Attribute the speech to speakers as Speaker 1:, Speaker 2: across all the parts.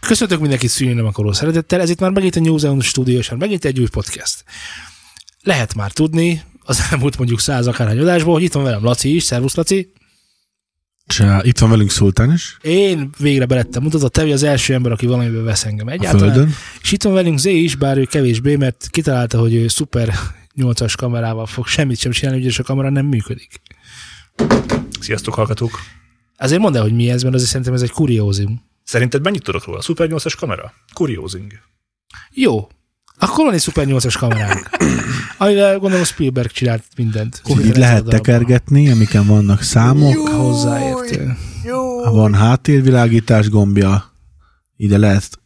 Speaker 1: Köszöntök mindenkit szűnőn akaró szeretettel, ez itt már megint a New Zealand Studio, és már megint egy új podcast. Lehet már tudni, az elmúlt mondjuk száz akárhány adásból, hogy itt van velem Laci is, szervusz Laci.
Speaker 2: Csá, eh, itt van velünk Szultán is.
Speaker 1: Én végre belettem mutatva, te vagy az első ember, aki valamiben vesz engem egyáltalán.
Speaker 2: földön.
Speaker 1: És itt van velünk Zé is, bár ő kevésbé, mert kitalálta, hogy ő szuper 8-as kamerával fog semmit sem csinálni, ugyanis a kamera nem működik.
Speaker 3: Sziasztok, hallgatók!
Speaker 1: Azért mondd el, hogy mi ez, mert azért szerintem ez egy kuriózum.
Speaker 3: Szerinted mennyit tudok róla? Super 8-as kamera? Kuriózing.
Speaker 1: Jó. Akkor van egy szuper 8-as kameránk, amivel gondolom Spielberg csinált mindent.
Speaker 2: Így lehet tekergetni, amiken vannak számok,
Speaker 1: Hozzáértő.
Speaker 2: van háttérvilágítás gombja, ide lehet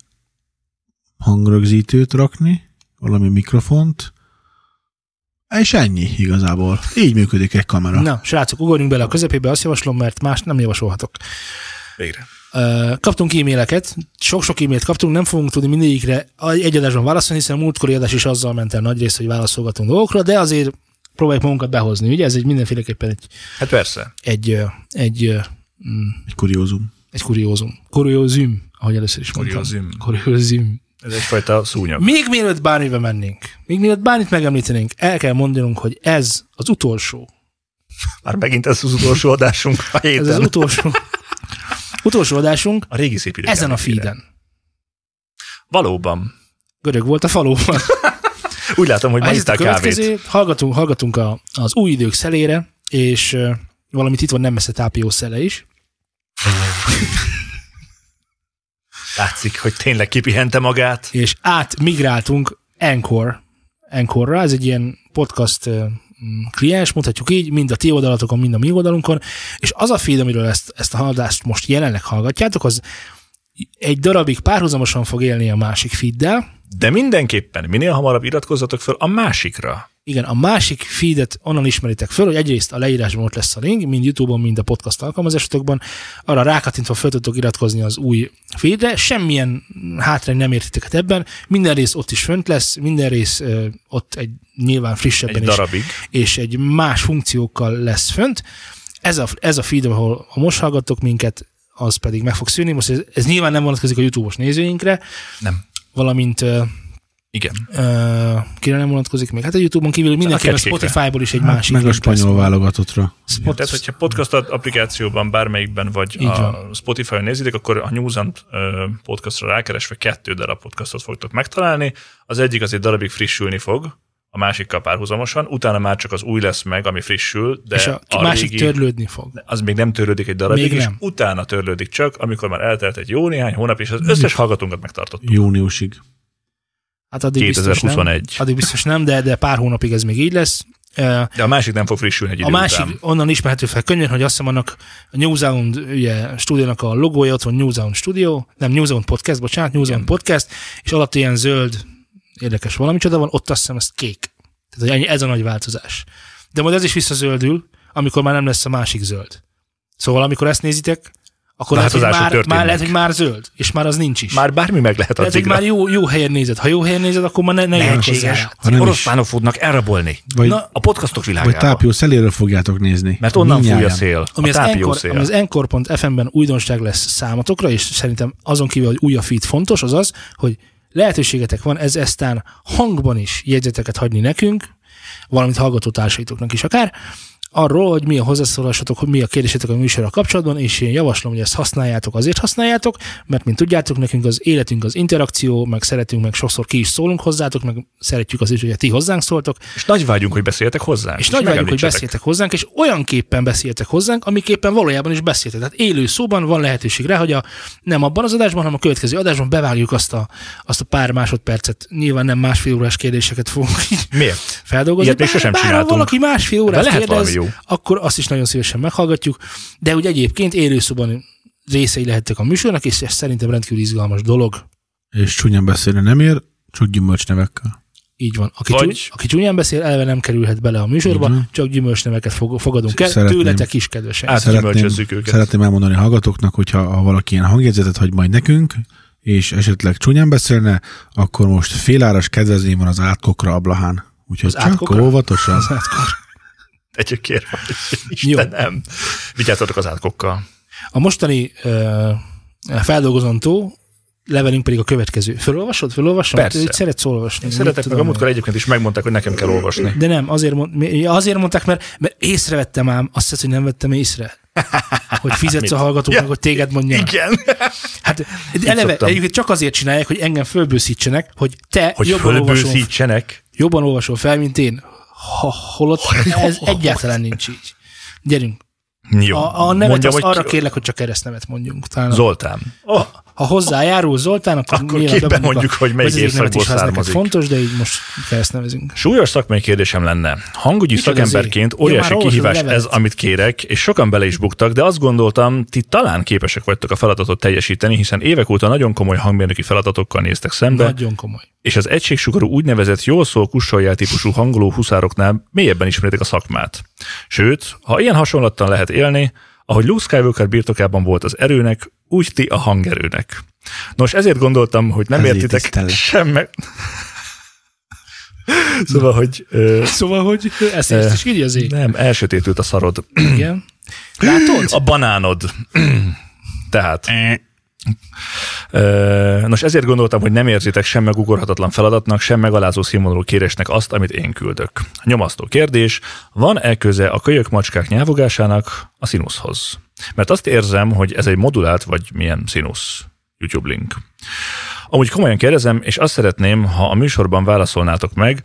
Speaker 2: hangrögzítőt rakni, valami mikrofont, és ennyi igazából. Így működik egy kamera.
Speaker 1: Na, srácok, ugorjunk bele a közepébe, azt javaslom, mert más nem javasolhatok.
Speaker 3: Végre.
Speaker 1: Ö, Kaptunk e-maileket, sok-sok e-mailt kaptunk, nem fogunk tudni mindegyikre egy adásban válaszolni, hiszen a múltkori adás is azzal ment el nagy részt, hogy válaszolgatunk dolgokra, de azért próbáljuk magunkat behozni, ugye? Ez egy mindenféleképpen egy,
Speaker 3: Hát persze.
Speaker 1: egy, ö, egy, ö, mm,
Speaker 2: Egy kuriózum.
Speaker 1: egy kuriózum. Kuriózum, ahogy először is mondtam.
Speaker 3: Kuriózum.
Speaker 1: Kuriózum.
Speaker 3: Ez egyfajta szúnyog.
Speaker 1: Még mielőtt bármibe mennénk, még mielőtt bármit megemlítenénk, el kell mondanunk, hogy ez az utolsó
Speaker 3: Már megint ez az utolsó adásunk a
Speaker 1: Ez
Speaker 3: héten.
Speaker 1: az utolsó, utolsó adásunk
Speaker 3: a régi szép idők
Speaker 1: ezen a
Speaker 3: ellenére.
Speaker 1: feeden.
Speaker 3: Valóban.
Speaker 1: Görög volt a faluban.
Speaker 3: Úgy látom, hogy ma
Speaker 1: Ez itt a
Speaker 3: ittál kávét.
Speaker 1: következő, hallgatunk, hallgatunk a, az új idők szelére, és ö, valamit itt van nem messze tápió szele is.
Speaker 3: Látszik, hogy tényleg kipihente magát.
Speaker 1: és átmigráltunk Anchor, Anchorra, ez egy ilyen podcast ö, m, kliens, mondhatjuk így, mind a ti oldalatokon, mind a mi oldalunkon, és az a feed, amiről ezt, ezt a haladást most jelenleg hallgatjátok, az egy darabig párhuzamosan fog élni a másik feeddel.
Speaker 3: De mindenképpen minél hamarabb iratkozzatok fel a másikra.
Speaker 1: Igen, a másik feedet onnan ismeritek föl, hogy egyrészt a leírásban ott lesz a link, mind YouTube-on, mind a podcast alkalmazásotokban. Arra rákattintva fel tudtok iratkozni az új feedre. Semmilyen hátrány nem értitek ebben. Minden rész ott is fönt lesz, minden rész ö, ott egy nyilván frissebben és
Speaker 3: Egy darabig.
Speaker 1: és egy más funkciókkal lesz fönt. Ez a, ez a feed, ahol ha most hallgattok minket, az pedig meg fog szűnni. Most ez, ez nyilván nem vonatkozik a YouTube-os nézőinkre,
Speaker 3: Nem.
Speaker 1: valamint ö,
Speaker 3: Igen.
Speaker 1: ö, kire nem vonatkozik még? Hát a YouTube-on kívül mindenképpen
Speaker 3: kecskékre.
Speaker 1: Spotify-ból is egy
Speaker 2: Hát
Speaker 1: másik.
Speaker 2: meg a
Speaker 1: link lesz.
Speaker 2: spanyol válogatottra.
Speaker 1: Spot-
Speaker 3: Tehát, hogyha podcast applikációban bármelyikben, vagy
Speaker 1: Így
Speaker 3: a
Speaker 1: van.
Speaker 3: Spotify-on nézitek, akkor a Newsant podcastra rákeresve kettő darab podcastot fogtok megtalálni. Az egyik az egy darabig frissülni fog, a másikkal párhuzamosan, utána már csak az új lesz meg, ami frissül, de
Speaker 1: és a, a másik
Speaker 3: régi,
Speaker 1: törlődni fog.
Speaker 3: az még nem törlődik egy darabig,
Speaker 1: Még
Speaker 3: és
Speaker 1: nem.
Speaker 3: utána törlődik csak, amikor már eltelt egy jó néhány hónap, és az összes hallgatónkat megtartottuk.
Speaker 2: Júniusig.
Speaker 1: Hát addig biztos nem. Hát
Speaker 3: 2021.
Speaker 1: Addig biztos nem, de, de pár hónapig ez még így lesz. Ö,
Speaker 3: De a másik nem fog frissülni egy idő
Speaker 1: A másik
Speaker 3: után.
Speaker 1: onnan ismerhető fel könnyen, hogy azt hiszem annak a New Sound ugye, stúdiónak a logója, ott van New Sound Studio, nem New Sound Podcast, bocsánat, New Sound Podcast, és alatt ilyen zöld, érdekes valami csoda van, ott azt hiszem ez kék. Tehát hogy ennyi- ez a nagy változás. De majd ez is visszazöldül, amikor már nem lesz a másik zöld. Szóval amikor ezt nézitek, akkor lehet, hogy
Speaker 3: Változások
Speaker 1: már, már
Speaker 3: történnek.
Speaker 1: lehet, hogy már zöld, és már az nincs is.
Speaker 3: Már bármi meg lehet
Speaker 1: lehet, hogy
Speaker 3: addigra.
Speaker 1: már jó, jó helyen nézed. Ha jó helyen nézed, akkor már ne, ne iratkozz
Speaker 3: Lehetséges,
Speaker 1: rá.
Speaker 2: Ha
Speaker 3: hogy
Speaker 2: nem is.
Speaker 3: oroszlánok fognak elrabolni.
Speaker 2: Vagy,
Speaker 1: Na,
Speaker 3: A podcastok
Speaker 2: vagy
Speaker 3: világába.
Speaker 2: tápió szeléről fogjátok nézni.
Speaker 3: Mert onnan fúj a
Speaker 2: Mindnyájan.
Speaker 3: szél.
Speaker 1: Ami
Speaker 3: a
Speaker 1: az,
Speaker 3: tápió
Speaker 1: Encore,
Speaker 3: szél.
Speaker 1: ami az Encore.fm-ben újdonság lesz számotokra, és szerintem azon kívül, hogy új a feed fontos, az az, hogy lehetőségetek van ez eztán hangban is jegyzeteket hagyni nekünk, valamint hallgató társaitoknak is akár, arról, hogy mi a hozzászólásotok, hogy mi a kérdésetek a műsorra kapcsolatban, és én javaslom, hogy ezt használjátok, azért használjátok, mert mint tudjátok, nekünk az életünk az interakció, meg szeretünk, meg sokszor ki is szólunk hozzátok, meg szeretjük az is, hogy ti hozzánk szóltok,
Speaker 3: És nagy vágyunk, hogy beszéltek hozzá.
Speaker 1: és nagy vágyunk, hogy beszéltek hozzánk, és olyan képpen beszéltek hozzánk, amiképpen valójában is beszéltek. Tehát élő szóban van lehetőség rá, hogy a, nem abban az adásban, hanem a következő adásban bevágjuk azt a, azt a pár másodpercet. Nyilván nem másfél órás kérdéseket fogunk így
Speaker 3: Miért?
Speaker 1: feldolgozni.
Speaker 3: Ilyet még sosem
Speaker 1: bár, ha
Speaker 3: csináltunk.
Speaker 1: valaki másfél órát
Speaker 3: lehet
Speaker 1: kérdez,
Speaker 3: valami jó.
Speaker 1: akkor azt is nagyon szívesen meghallgatjuk. De úgy egyébként élőszóban részei lehettek a műsornak, és ez szerintem rendkívül izgalmas dolog.
Speaker 2: És csúnyán beszélni nem ér, csak gyümölcsnevekkel.
Speaker 1: Így van. Aki,
Speaker 3: Vagy-
Speaker 1: csúny, aki csúnyán beszél, elve nem kerülhet bele a műsorba,
Speaker 2: Így van.
Speaker 1: csak gyümölcsneveket fog- fogadunk el.
Speaker 2: Szeretném.
Speaker 1: Tőletek is, kedvesen.
Speaker 3: Át-
Speaker 2: Szeretném,
Speaker 3: gyümölcsözzük őket.
Speaker 2: szeretném elmondani a hallgatóknak, hogyha ha valaki ilyen hangjegyzetet hagy majd nekünk, és esetleg csúnyán beszélne, akkor most féláras kedvezmény van az átkokra ablahán. Úgyhogy
Speaker 1: Az
Speaker 2: csak
Speaker 1: átkokra?
Speaker 2: óvatosan.
Speaker 3: Tegyük kérve. Istenem. Vigyázzatok az átkokkal.
Speaker 1: A mostani ö, feldolgozandó levelünk pedig a következő. Fölolvasod? Fölolvasom?
Speaker 3: Persze.
Speaker 1: Te így szeretsz olvasni. mit
Speaker 3: Szeretek meg,
Speaker 1: tudom
Speaker 3: a
Speaker 1: én.
Speaker 3: múltkor egyébként is megmondták, hogy nekem kell olvasni.
Speaker 1: De nem, azért, mond, mi- azért mondták, mert, mert észrevettem ám, azt hiszed, hogy nem vettem észre. Hogy fizetsz a hallgatóknak, hogy téged mondják.
Speaker 3: Igen.
Speaker 1: Hát eleve,
Speaker 3: szoktam.
Speaker 1: egyébként csak azért csinálják, hogy engem fölbőszítsenek, hogy te
Speaker 3: Hogy
Speaker 1: jobban, olvasol,
Speaker 3: fölbőszítsenek.
Speaker 1: jobban olvasol fel, mint én. Ha, holott ez egyáltalán nincs így. Gyerünk.
Speaker 3: Jó.
Speaker 1: A, a nevet
Speaker 3: Mondjam,
Speaker 1: azt
Speaker 3: hogy
Speaker 1: arra
Speaker 3: ki-
Speaker 1: kérlek, hogy csak keresztnevet mondjunk. Talán a-
Speaker 3: Zoltán.
Speaker 1: Oh, ha hozzájárul Zoltán, akkor,
Speaker 3: Akkor
Speaker 1: nyilván
Speaker 3: képbe
Speaker 1: bemondjuk
Speaker 3: mondjuk, hogy melyik
Speaker 1: vezetéknevet is, ha ez
Speaker 3: évszakból
Speaker 1: neked
Speaker 3: származik.
Speaker 1: fontos, de így most keresztnevezünk.
Speaker 3: Súlyos szakmai kérdésem lenne. Hangügyi
Speaker 1: Micsoda
Speaker 3: szakemberként
Speaker 1: zé? Ja,
Speaker 3: óriási
Speaker 1: már olvasod
Speaker 3: kihívás
Speaker 1: a levelet.
Speaker 3: ez, amit kérek, és sokan bele is buktak, de azt gondoltam, ti talán képesek vagytok a feladatot teljesíteni, hiszen évek óta nagyon komoly hangmérnöki feladatokkal néztek szembe, Nagy.
Speaker 1: Nagyon komoly.
Speaker 3: és az egységsugarú úgynevezett jól szól kussoljá típusú hangoló huszároknál mélyebben ismeritek a szakmát. Sőt, ha ilyen hasonlattan lehet élni, ahogy Luke Skywalker birtokában volt az erőnek, úgy ti a hangerőnek. Nos, ezért gondoltam, hogy nem
Speaker 2: Ezért
Speaker 3: értitek
Speaker 2: tisztellek.
Speaker 3: semmi. szóval, hogy ö,
Speaker 1: Szóval, hogy ezt, ezt is
Speaker 3: Eh.
Speaker 1: így az ég.
Speaker 3: nem, elsötétült a szarod.
Speaker 1: Igen. Látod?
Speaker 3: A banánod. Tehát.
Speaker 2: Eh,
Speaker 3: Ö, Nos, ezért gondoltam, hogy nem érzitek sem megugorhatatlan feladatnak, sem megalázó színvonalú kérésnek azt, amit én küldök. Nyomasztó kérdés, van-e köze a kölyök macskák nyávogásának a színuszhoz? Mert azt érzem, hogy ez egy modulált, vagy milyen színusz. YouTube link. Amúgy komolyan kérdezem, és azt szeretném, ha a műsorban válaszolnátok meg,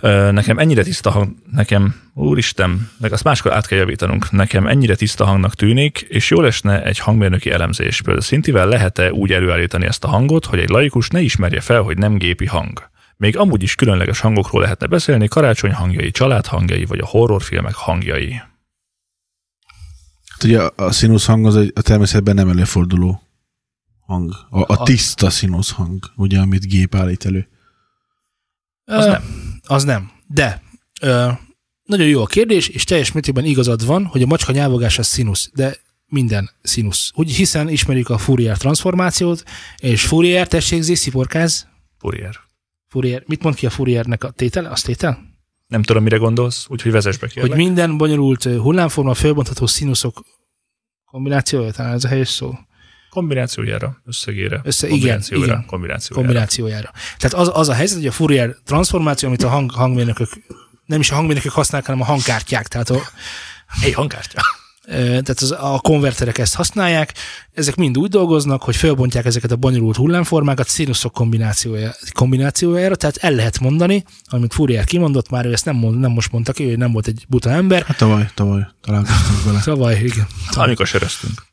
Speaker 3: Ö, nekem ennyire tiszta hang, nekem, úristen, meg azt máskor át kell javítanunk, nekem ennyire tiszta hangnak tűnik, és jól esne egy hangmérnöki elemzés. Például szintivel lehet-e úgy előállítani ezt a hangot, hogy egy laikus ne ismerje fel, hogy nem gépi hang. Még amúgy is különleges hangokról lehetne beszélni, karácsony hangjai, család hangjai, vagy a horrorfilmek hangjai.
Speaker 2: Hát ugye a- a színusz hang az egy- a természetben nem előforduló hang. A, a
Speaker 1: A-
Speaker 2: tiszta színusz hang, ugye, amit gép állít elő.
Speaker 1: Az nem. Az nem. De ö, nagyon jó a kérdés, és teljes mértékben igazad van, hogy a macska nyávogás az színusz, de minden színusz. Úgy hiszen ismerjük a Fourier transformációt, és Fourier, tessék, Zé, sziporkáz.
Speaker 3: Purier.
Speaker 1: Fourier. Mit mond ki a Fouriernek a tétele? Az tétel?
Speaker 3: Nem tudom, mire gondolsz, úgyhogy vezess be kérlek.
Speaker 1: Hogy minden bonyolult ö, hullámforma fölbontható színuszok kombinációja, talán ez a helyes szó.
Speaker 3: Kombinációjára, összegére,
Speaker 1: Össze- igen,
Speaker 3: kombinációjára,
Speaker 1: igen.
Speaker 3: kombinációjára.
Speaker 1: kombinációjára. Tehát az, az a helyzet, hogy a Fourier transformáció, amit a hang, hangmérnökök, nem is a hangmérnökök használják, hanem a hangkártyák, tehát a,
Speaker 3: Hey, hangkártya.
Speaker 1: Ö, tehát az, a konverterek ezt használják, ezek mind úgy dolgoznak, hogy felbontják ezeket a bonyolult hullámformákat színuszok kombinációja, kombinációjára, tehát el lehet mondani, amit Fourier kimondott, már ő ezt nem, mond, nem most mondta ki, ő nem volt egy buta ember,
Speaker 2: Hát tavaly, tavaly találkoztunk vele.
Speaker 1: tavaly, igen,
Speaker 3: Amikor söröztünk.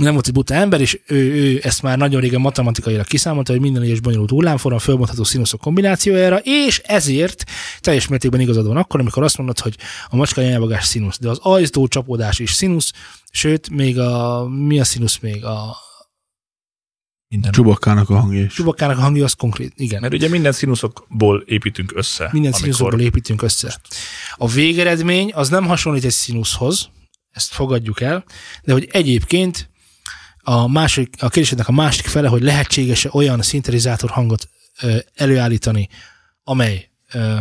Speaker 1: nem volt egy buta ember, és ő, ő ezt már nagyon régen matematikailag kiszámolta, hogy minden egyes bonyolult hullámforma fölbontható színuszok kombinációjára, és ezért teljes mértékben igazad van akkor, amikor azt mondod, hogy a macska nyelvagás színusz, de az ajtó csapódás is színusz, sőt, még a, mi a színusz még? A
Speaker 3: Minden.
Speaker 2: Csubakkának a hangja is.
Speaker 1: Csubakának a hangja az konkrét, igen.
Speaker 3: Mert ugye minden színuszokból építünk össze.
Speaker 1: Minden színuszokból építünk össze. A végeredmény az nem hasonlít egy színuszhoz, ezt fogadjuk el, de hogy egyébként a, másik, a kérdésednek a másik fele, hogy lehetséges-e olyan szinterizátor hangot ö, előállítani, amely ö,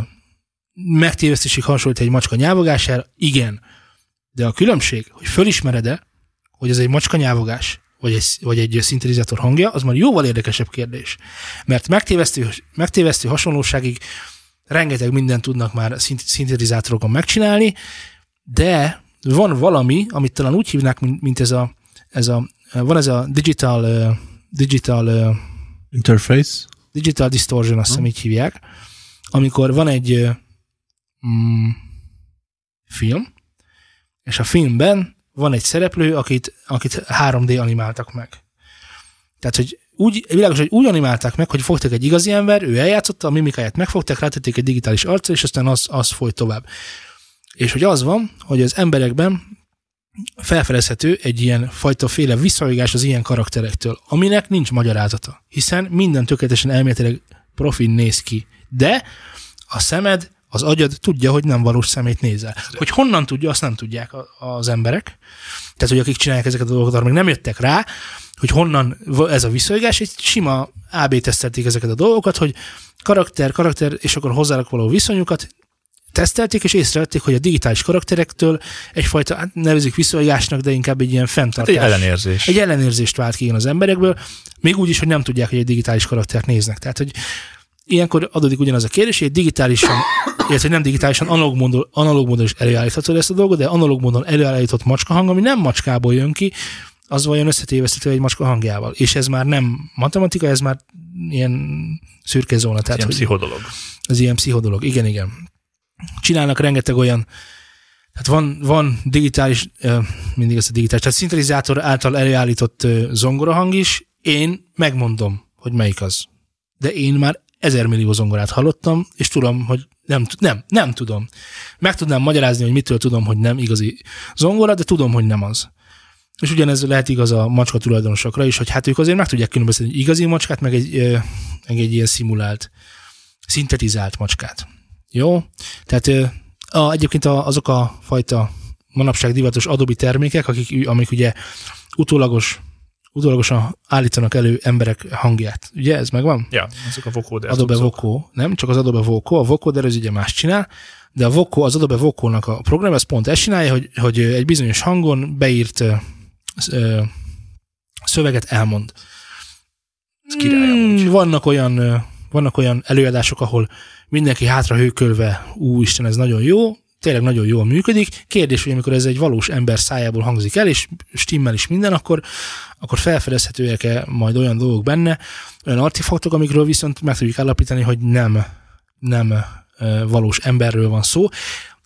Speaker 1: megtévesztésig hasonlít egy macska nyávogására, igen. De a különbség, hogy fölismered-e, hogy ez egy macska nyávogás, vagy egy, vagy egy szinterizátor hangja, az már jóval érdekesebb kérdés. Mert megtévesztő, megtévesztő hasonlóságig rengeteg mindent tudnak már szint- szintetizátorokon megcsinálni, de van valami, amit talán úgy hívnák, mint, mint ez a, ez a, van ez a digital, ö, digital ö,
Speaker 2: Interface.
Speaker 1: Digital Distortion, azt hiszem így hívják, amikor van egy ö, mm, film, és a filmben van egy szereplő, akit, akit 3D animáltak meg. Tehát, hogy úgy, világos, hogy úgy animálták meg, hogy fogtak egy igazi ember, ő eljátszotta, a mimikáját megfogták, rátették egy digitális arcra, és aztán az, az folyt tovább. És hogy az van, hogy az emberekben felfedezhető egy ilyen fajta féle visszaigás az ilyen karakterektől, aminek nincs magyarázata, hiszen minden tökéletesen elméletileg profin néz ki, de a szemed, az agyad tudja, hogy nem valós szemét nézel. Hogy honnan tudja, azt nem tudják a- az emberek. Tehát, hogy akik csinálják ezeket a dolgokat, arra még nem jöttek rá, hogy honnan va- ez a visszaigás, egy sima AB tesztelték ezeket a dolgokat, hogy karakter, karakter, és akkor hozzárak való viszonyukat, tesztelték, és észrevették, hogy a digitális karakterektől egyfajta, hát nevezik visszaigásnak, de inkább egy ilyen
Speaker 3: Hát
Speaker 1: fenntartás.
Speaker 3: egy ellenérzés.
Speaker 1: Egy ellenérzést vált ki igen az emberekből, még úgy is, hogy nem tudják, hogy egy digitális karaktert néznek. Tehát, hogy ilyenkor adódik ugyanaz a kérdés, hogy egy digitálisan, illetve nem digitálisan, analóg módon, analóg módon is előállítható ezt a dolgot, de analóg módon előállított macska hang, ami nem macskából jön ki, az vajon összetéveszthető egy macska hangjával. És ez már nem matematika, ez már ilyen szürke zóna. Tehát,
Speaker 3: Ilyen
Speaker 1: hát, hogy-
Speaker 3: pszichodolog.
Speaker 1: az ilyen pszichodolog. Igen, igen. Csinálnak rengeteg olyan, tehát van, van digitális, ö, mindig ez a digitális, tehát szintetizátor által előállított ö, zongorahang is, én megmondom, hogy melyik az. De én már ezer millió zongorát hallottam, és tudom, hogy nem, tud- nem, nem tudom. Meg tudnám magyarázni, hogy mitől tudom, hogy nem igazi zongora, de tudom, hogy nem az. És ugyanez lehet igaz a macska tulajdonosokra is, hogy hát ők azért meg tudják különböztetni egy igazi macskát, meg egy, ö, meg egy ilyen szimulált szintetizált macskát. Jó? Tehát ö, a, egyébként a, azok a fajta manapság divatos Adobe termékek, akik, ü- amik ugye utólagos, utólagosan állítanak elő emberek hangját. Ugye ez megvan?
Speaker 3: Ja, azok a vokódások.
Speaker 1: Adobe Voco, nem? Csak az Adobe Voco, a Vocoder az ugye más csinál, de a Voco, az Adobe Voco-nak a program, ez pont ezt csinálja, hogy, hogy ö, egy bizonyos hangon beírt ö, sz- ö, szöveget elmond.
Speaker 3: Ez király amúgy.
Speaker 1: Mm, vannak olyan, ö, vannak olyan előadások, ahol mindenki hátra hőkölve, úristen, ez nagyon jó, tényleg nagyon jól működik. Kérdés, hogy amikor ez egy valós ember szájából hangzik el, és stimmel is minden, akkor, akkor felfedezhetőek-e majd olyan dolgok benne, olyan artefaktok, amikről viszont meg tudjuk állapítani, hogy nem, nem ö, valós emberről van szó.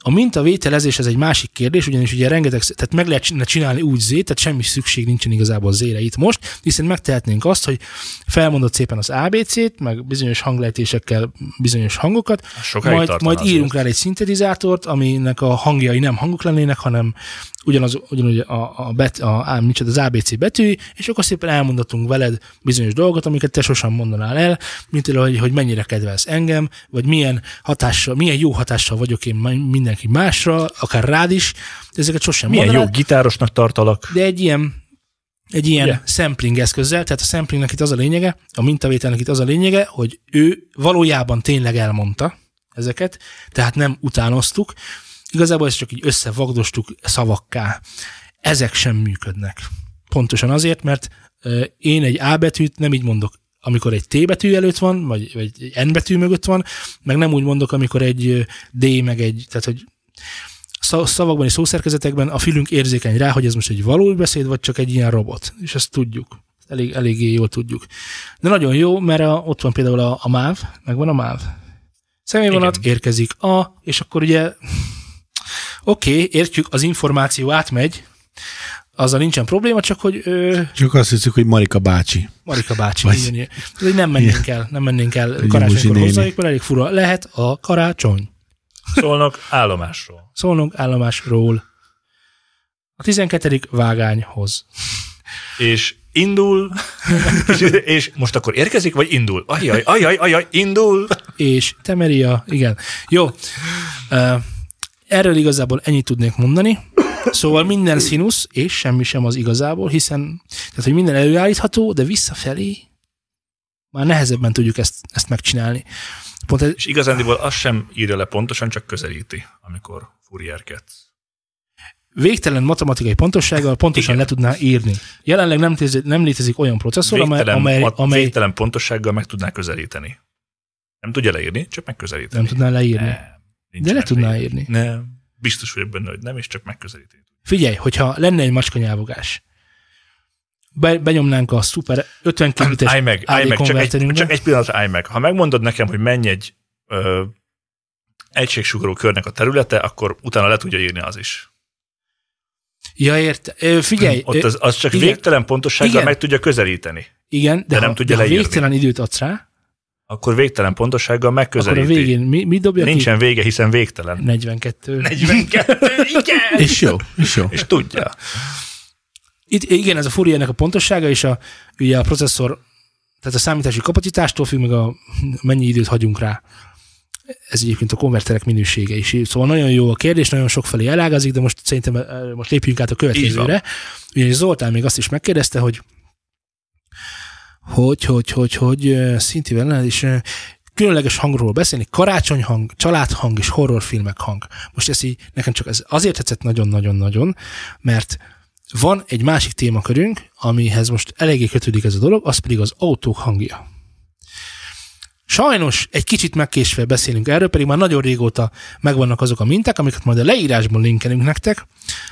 Speaker 1: A mintavételezés ez egy másik kérdés, ugyanis ugye rengeteg, tehát meg lehet csin- csinálni úgy zét, tehát semmi szükség nincsen igazából zére itt most, hiszen megtehetnénk azt, hogy felmondod szépen az ABC-t, meg bizonyos hanglejtésekkel bizonyos hangokat,
Speaker 3: Sokáig
Speaker 1: majd,
Speaker 3: tartana
Speaker 1: majd
Speaker 3: azért.
Speaker 1: írunk rá egy szintetizátort, aminek a hangjai nem hangok lennének, hanem ugyanaz, ugyanúgy a, a, bet, a, a, micsoda, az ABC betű, és akkor szépen elmondatunk veled bizonyos dolgot, amiket te sosem mondanál el, mint például, hogy, hogy mennyire kedvelsz engem, vagy milyen hatással, milyen jó hatással vagyok én ma- mindenki másra, akár rád is, ezeket sosem
Speaker 3: Milyen
Speaker 1: mondanál,
Speaker 3: jó gitárosnak tartalak.
Speaker 1: de egy ilyen egy ilyen
Speaker 3: Ugye?
Speaker 1: yeah. sampling eszközzel, tehát a samplingnek itt az a lényege, a mintavételnek itt az a lényege, hogy ő valójában tényleg elmondta ezeket, tehát nem utánoztuk, igazából ezt csak így összevagdostuk szavakká. Ezek sem működnek. Pontosan azért, mert ö, én egy A betűt nem így mondok, amikor egy T betű előtt van, vagy, vagy egy N betű mögött van, meg nem úgy mondok, amikor egy ö, D, meg egy, tehát hogy szav- szavakban és szószerkezetekben a fülünk érzékeny rá, hogy ez most egy valós beszéd, vagy csak egy ilyen robot. És ezt tudjuk. Elég, eléggé jól tudjuk. De nagyon jó, mert a, ott van például a, a MÁV, meg van a MÁV. Személyvonat, érkezik a, és akkor ugye oké, okay, értjük, az információ átmegy, azzal nincsen probléma, csak hogy ö,
Speaker 2: Csak azt hiszük, hogy Marika bácsi.
Speaker 1: Marika bácsi.
Speaker 2: Vagy-
Speaker 1: Vagy, igen, igen. Nem mennénk el, nem mennénk el
Speaker 2: Egy
Speaker 1: karácsonykor
Speaker 2: Józsi
Speaker 1: hozzájuk, mert elég fura. Lehet a karácsony.
Speaker 3: Szólnak állomásról.
Speaker 1: Szólnunk állomásról. A 12. vágányhoz.
Speaker 3: És indul, és, és most akkor érkezik, vagy indul? Ajaj, ajaj, ajaj, indul!
Speaker 1: És Temeria, igen. Jó. Ö, Erről igazából ennyit tudnék mondani. Szóval minden színusz, és semmi sem az igazából, hiszen tehát, hogy minden előállítható, de visszafelé már nehezebben tudjuk ezt, ezt megcsinálni. Pont ez,
Speaker 3: És igazándiból azt sem írja le pontosan, csak közelíti, amikor furierket.
Speaker 1: végtelen matematikai pontossággal pontosan
Speaker 3: Igen.
Speaker 1: le tudná írni. Jelenleg nem, tézi, nem létezik olyan processzor, amely,
Speaker 3: Végtelen,
Speaker 1: amely,
Speaker 3: mat-
Speaker 1: amely
Speaker 3: végtelen pontossággal meg tudná közelíteni. Nem tudja leírni, csak megközelíteni.
Speaker 1: nem tudná leírni.
Speaker 3: Nem, nincs
Speaker 1: De le
Speaker 3: meg
Speaker 1: tudná
Speaker 3: leírni.
Speaker 1: írni.
Speaker 3: Nem. Biztos vagyok benne, hogy nem, és csak megközelíteni.
Speaker 1: Figyelj, hogyha lenne egy macskanyávogás, be, benyomnánk a szuper 50 kb
Speaker 3: Állj meg, állj meg, csak egy, csak egy pillanatra állj meg. Ha megmondod nekem, hogy menj egy ö, egységsugarú körnek a területe, akkor utána le tudja írni az is.
Speaker 1: Ja, érte. Ö, Figyelj,
Speaker 3: Ott
Speaker 1: ö,
Speaker 3: az, az csak
Speaker 1: igen.
Speaker 3: igen. végtelen pontossággal
Speaker 1: Igen.
Speaker 3: igen. meg tudja közelíteni.
Speaker 1: igen, de,
Speaker 3: de
Speaker 1: ha,
Speaker 3: nem tudja
Speaker 1: de ha
Speaker 3: leírni.
Speaker 1: végtelen időt adsz rá,
Speaker 3: Akkor végtelen pontossággal
Speaker 1: akkor a
Speaker 3: megközelíti.
Speaker 1: végén mi, mi dobja ki?
Speaker 3: Nincsen vége, hiszen végtelen.
Speaker 1: 42.
Speaker 3: 42, igen!
Speaker 2: És jó, és jó.
Speaker 3: És tudja.
Speaker 1: Itt, igen, ez a Fouriernek a pontossága, és a, ugye a processzor, tehát a számítási kapacitástól függ, meg a mennyi időt hagyunk rá. Ez egyébként a konverterek minősége is. Szóval nagyon jó a kérdés, nagyon sokfelé elágazik, de most szerintem eh, most lépjünk át a
Speaker 3: Így
Speaker 1: következőre. Ugyanis Zoltán még azt is megkérdezte, hogy hogy, hogy, hogy, hogy, hogy eh, szintivel, és eh, különleges hangról beszélni, karácsonyhang, családhang és horrorfilmek hang. Most ez így, nekem csak ez azért tetszett nagyon-nagyon-nagyon, mert van egy másik témakörünk, amihez most eléggé kötődik ez a dolog, az pedig az autók hangja. Sajnos egy kicsit megkésve beszélünk erről, pedig már nagyon régóta megvannak azok a minták, amiket majd a leírásban linkelünk nektek,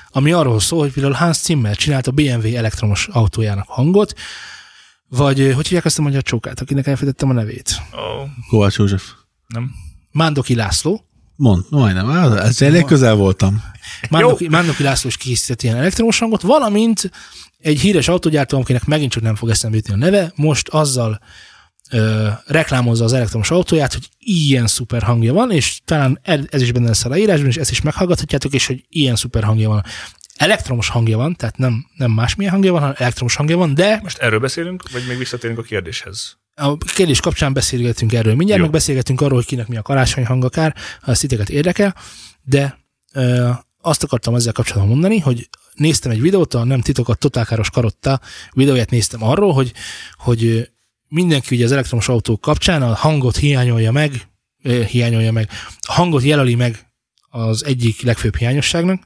Speaker 1: ami arról szól, hogy például Hans Zimmer csinált a BMW elektromos autójának hangot, vagy eh, hogy hívják azt a magyar csókát, akinek elfelejtettem a nevét?
Speaker 3: Ó,
Speaker 2: Kovács József.
Speaker 3: nem.
Speaker 1: Mándoki László.
Speaker 2: Mond, majdnem. Á, Ez elég közel voltam.
Speaker 1: Mándoki, Mándoki László is készített ilyen elektromos hangot, valamint egy híres autógyártó, akinek megint csak nem fog eszembe jutni a neve, most azzal ö, reklámozza az elektromos autóját, hogy ilyen szuper hangja van, és talán ez- ez is benne lesz a leírásban, és ezt is meghallgathatjátok, és hogy ilyen szuper hangja van. Elektromos hangja van, tehát nem, nem másmilyen hangja van, hanem elektromos hangja van, de
Speaker 3: Most erről beszélünk, vagy még visszatérünk a kérdéshez?
Speaker 1: a kérdés kapcsán beszélgetünk erről mindjárt,
Speaker 3: Jó.
Speaker 1: meg beszélgetünk arról, hogy kinek mi a karácsony hang akár, ha ezt titeket érdekel, de ö, azt akartam ezzel kapcsolatban mondani, hogy néztem egy videót, a nem titokat Totálkáros Karotta videóját néztem arról, hogy, hogy ö, mindenki ugye az elektromos autók kapcsán a hangot hiányolja meg, ö, hiányolja meg, a hangot jelöli meg az egyik legfőbb hiányosságnak,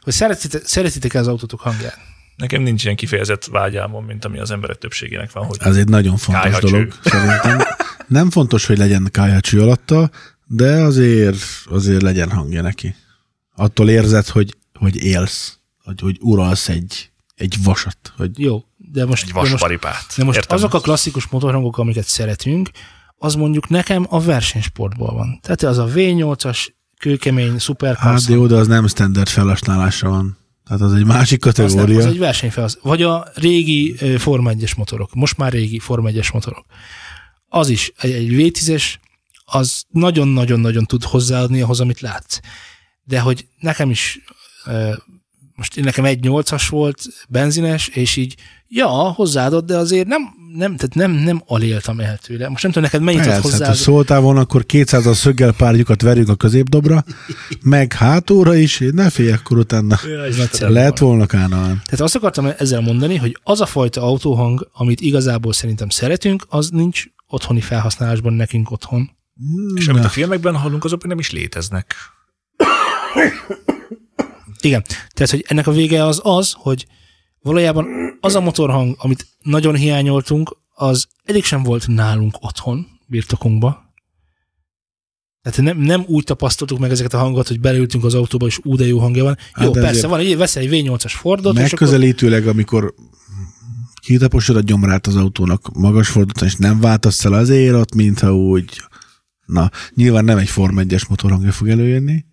Speaker 1: hogy szeretitek, szeretitek az autótok hangját.
Speaker 3: Nekem nincs ilyen kifejezett vágyálmom, mint ami az emberek többségének van,
Speaker 1: Hát,
Speaker 3: hogy
Speaker 2: Ez egy nagyon fontos
Speaker 3: Kályhacső.
Speaker 2: dolog, szerintem. Nem fontos, hogy legyen kályhacső alatta, de azért, azért legyen hangja neki. Attól érzed, hogy, hogy élsz, hogy, hogy uralsz egy, egy vasat, hogy
Speaker 1: Jó, de most,
Speaker 3: egy
Speaker 1: de most
Speaker 3: vasparipát.
Speaker 1: De most Értem.
Speaker 3: Értem?
Speaker 1: azok a klasszikus motorhangok, amiket szeretünk, az mondjuk nekem a versenysportból van. Tehát az a V8-as, kőkemény,
Speaker 2: hát
Speaker 1: szuperkarsz,
Speaker 2: jó, de az nem standard felhasználásra van. Tehát az egy másik
Speaker 1: az, nem,
Speaker 2: kategória.
Speaker 1: az egy versenyfelhasz. Vagy a régi ö, Forma 1-es motorok, most már régi Forma 1-es motorok. Az is, egy, egy V10-es, az nagyon-nagyon-nagyon tud hozzáadni ahhoz, amit látsz. De hogy nekem is, ö, most én- nekem egy 8-as volt, benzines, és így, ja, hozzáadott, de azért nem, nem, tehát nem, nem aléltam el tőle. Most nem tudom, neked mennyit ad
Speaker 2: Persze, hát,
Speaker 1: hozzá.
Speaker 2: ha szóltál volna, akkor 200 a szöggel párjukat verjük a középdobra, meg hátulra is, ne félj akkor utána.
Speaker 3: Jaj,
Speaker 1: Ez nagyszerű.
Speaker 2: Lehet volna Kánaán.
Speaker 1: Tehát azt akartam ezzel mondani, hogy az a fajta autóhang, amit igazából szerintem szeretünk, az nincs otthoni felhasználásban nekünk otthon.
Speaker 3: És amit a filmekben hallunk, azok nem is léteznek.
Speaker 1: Igen. Tehát, hogy ennek a vége az az, hogy valójában az a motorhang, amit nagyon hiányoltunk, az eddig sem volt nálunk otthon, birtokunkba. Tehát nem, nem úgy tapasztaltuk meg ezeket a hangot, hogy beleültünk az autóba, és ú, de jó hangja van. Jó,
Speaker 2: Hát de
Speaker 1: persze,
Speaker 2: ezért-
Speaker 1: van egy, veszel egy V8-as Fordot, és akkor
Speaker 2: Megközelítőleg, amikor kitaposod a gyomrát az autónak magas fordulaton, és nem váltasz el azért ott, mintha úgy... Na, nyilván nem egy Form 1-es motorhangja fog előjönni.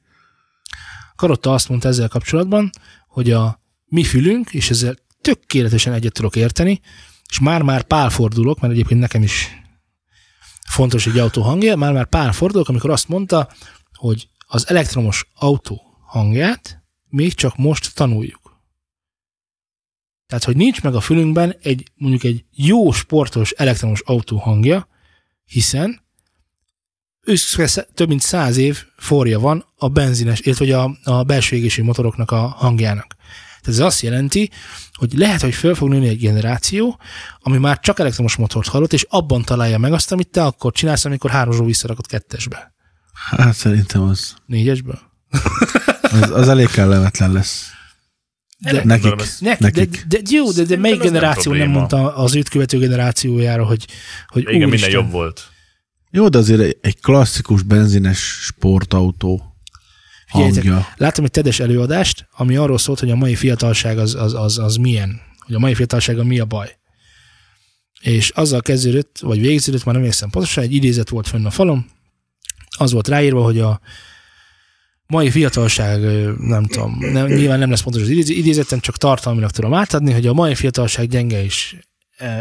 Speaker 1: Karotta azt mondta ezzel kapcsolatban, hogy a mi fülünk, és ezzel tökéletesen egyet tudok érteni, és már-már pálfordulok, mert egyébként nekem is fontos egy autó hangja, már-már pálfordulok, amikor azt mondta, hogy az elektromos autó hangját még csak most tanuljuk. Tehát, hogy nincs meg a fülünkben egy mondjuk egy jó sportos elektromos autó hangja, hiszen összesen sz- több mint száz év forja van a benzines, illetve hogy a, a belső égésű motoroknak a hangjának. Tehát ez azt jelenti, hogy lehet, hogy föl fog nőni egy generáció, ami már csak elektromos motort hallott, és abban találja meg azt, amit te akkor csinálsz, amikor háromról visszarakod kettesbe.
Speaker 2: Hát szerintem az,
Speaker 1: Négyesbe?
Speaker 2: az, az elég kellemetlen lesz.
Speaker 1: De,
Speaker 2: Nekik.
Speaker 3: Gondolom, ez-
Speaker 1: Neki, de,
Speaker 2: Nekik.
Speaker 1: de, jó, de, de
Speaker 3: Szerintem
Speaker 1: melyik
Speaker 3: ez nem
Speaker 1: generáció nem,
Speaker 3: probléma.
Speaker 1: mondta az őt követő generációjára, hogy, hogy
Speaker 3: Igen, minden
Speaker 1: úristen,
Speaker 3: jobb volt.
Speaker 2: Jó, de azért egy- egy klasszikus benzines sportautó
Speaker 1: Figyeljetek,
Speaker 2: hangja.
Speaker 1: Láttam egy tedes előadást, ami arról szólt, hogy a mai fiatalság az, az, az, az milyen, hogy a mai fiatalsága mi a baj. És azzal kezdődött, vagy végződött, már nem emlékszem pontosan, egy idézet volt fönn a falon, az volt ráírva, hogy a mai fiatalság, ö, nem tudom, nem, nyilván nem lesz pontos az idéz- idézetem, csak tartalmilag tudom átadni, hogy a mai fiatalság gyenge is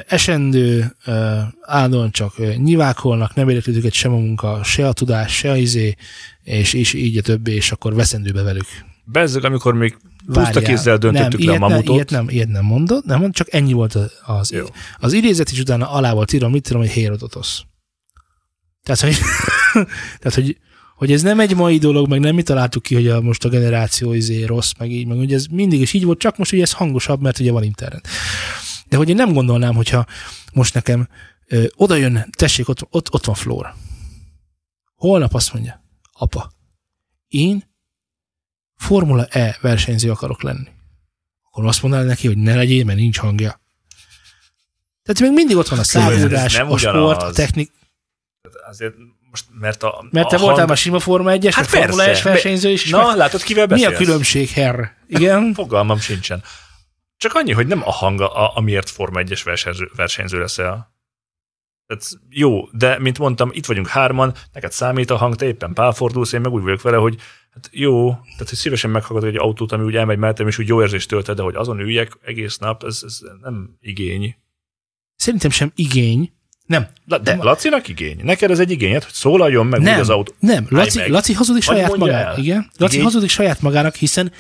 Speaker 1: esendő, ö, állandóan csak ö, nyivákolnak, nem érdekli őket sem a munka, se a tudás, se a izé, és, és így a többi, és akkor veszendőbe velük.
Speaker 3: Bezzeg, amikor még puszta
Speaker 1: Várjál.
Speaker 3: kézzel döntöttük
Speaker 1: nem,
Speaker 3: le a
Speaker 1: ilyet Nem,
Speaker 3: mamutot.
Speaker 1: ilyet nem, ilyet nem mondott, nem mond, csak ennyi volt az, az,
Speaker 3: Jó.
Speaker 1: az idézet, és utána alá volt írva, mit tudom, hogy Hérodotosz. Tehát, hogy, tehát hogy, hogy ez nem egy mai dolog, meg nem mi találtuk ki, hogy a, most a generáció izé rossz, meg így, meg ugye ez mindig is így volt, csak most ugye ez hangosabb, mert ugye van internet. De hogy én nem gondolnám, hogyha most nekem ö, oda jön, tessék, ott, ott, ott van Flór. Holnap azt mondja, apa, én Formula E versenyző akarok lenni. Akkor azt mondaná neki, hogy ne legyél, mert nincs hangja. Tehát még mindig ott van a
Speaker 3: Szóval ez
Speaker 1: szágúdás,
Speaker 3: nem
Speaker 1: a sport, a
Speaker 3: ugyanaz.
Speaker 1: technik.
Speaker 3: Azért most, mert a
Speaker 1: Mert te
Speaker 3: a
Speaker 1: voltál már sima Forma 1-es,
Speaker 3: Hát
Speaker 1: hát Formula S
Speaker 3: persze.
Speaker 1: versenyző is. és
Speaker 3: Na,
Speaker 1: meg-
Speaker 3: látod, kivel
Speaker 1: mi
Speaker 3: beszélsz?
Speaker 1: a különbség, herr? Igen?
Speaker 3: Fogalmam sincsen. Csak annyi, hogy nem a hang, a, amiért Forma 1-es versenyző, versenyző leszel. Tehát jó, de mint mondtam, itt vagyunk hárman, neked számít a hang, te éppen pálfordulsz, én meg úgy vagyok vele, hogy hát jó, tehát hogy szívesen meghallgatok egy autót, ami úgy elmegy mellettem, és úgy jó érzést tölt, el, de hogy azon üljek egész nap, ez, ez nem igény.
Speaker 1: Szerintem sem igény. Nem,
Speaker 3: La- De Lacinak igény. Neked ez egy igényed, hogy szólaljon meg úgy
Speaker 1: nem,
Speaker 3: az autó.
Speaker 1: nem.
Speaker 3: Állj
Speaker 1: Laci,
Speaker 3: meg.
Speaker 1: Laci hazudik
Speaker 3: Vagy
Speaker 1: saját
Speaker 3: mondja
Speaker 1: magának.
Speaker 3: el.
Speaker 1: Igen? Laci
Speaker 3: Igény.
Speaker 1: hazudik saját magának, hiszen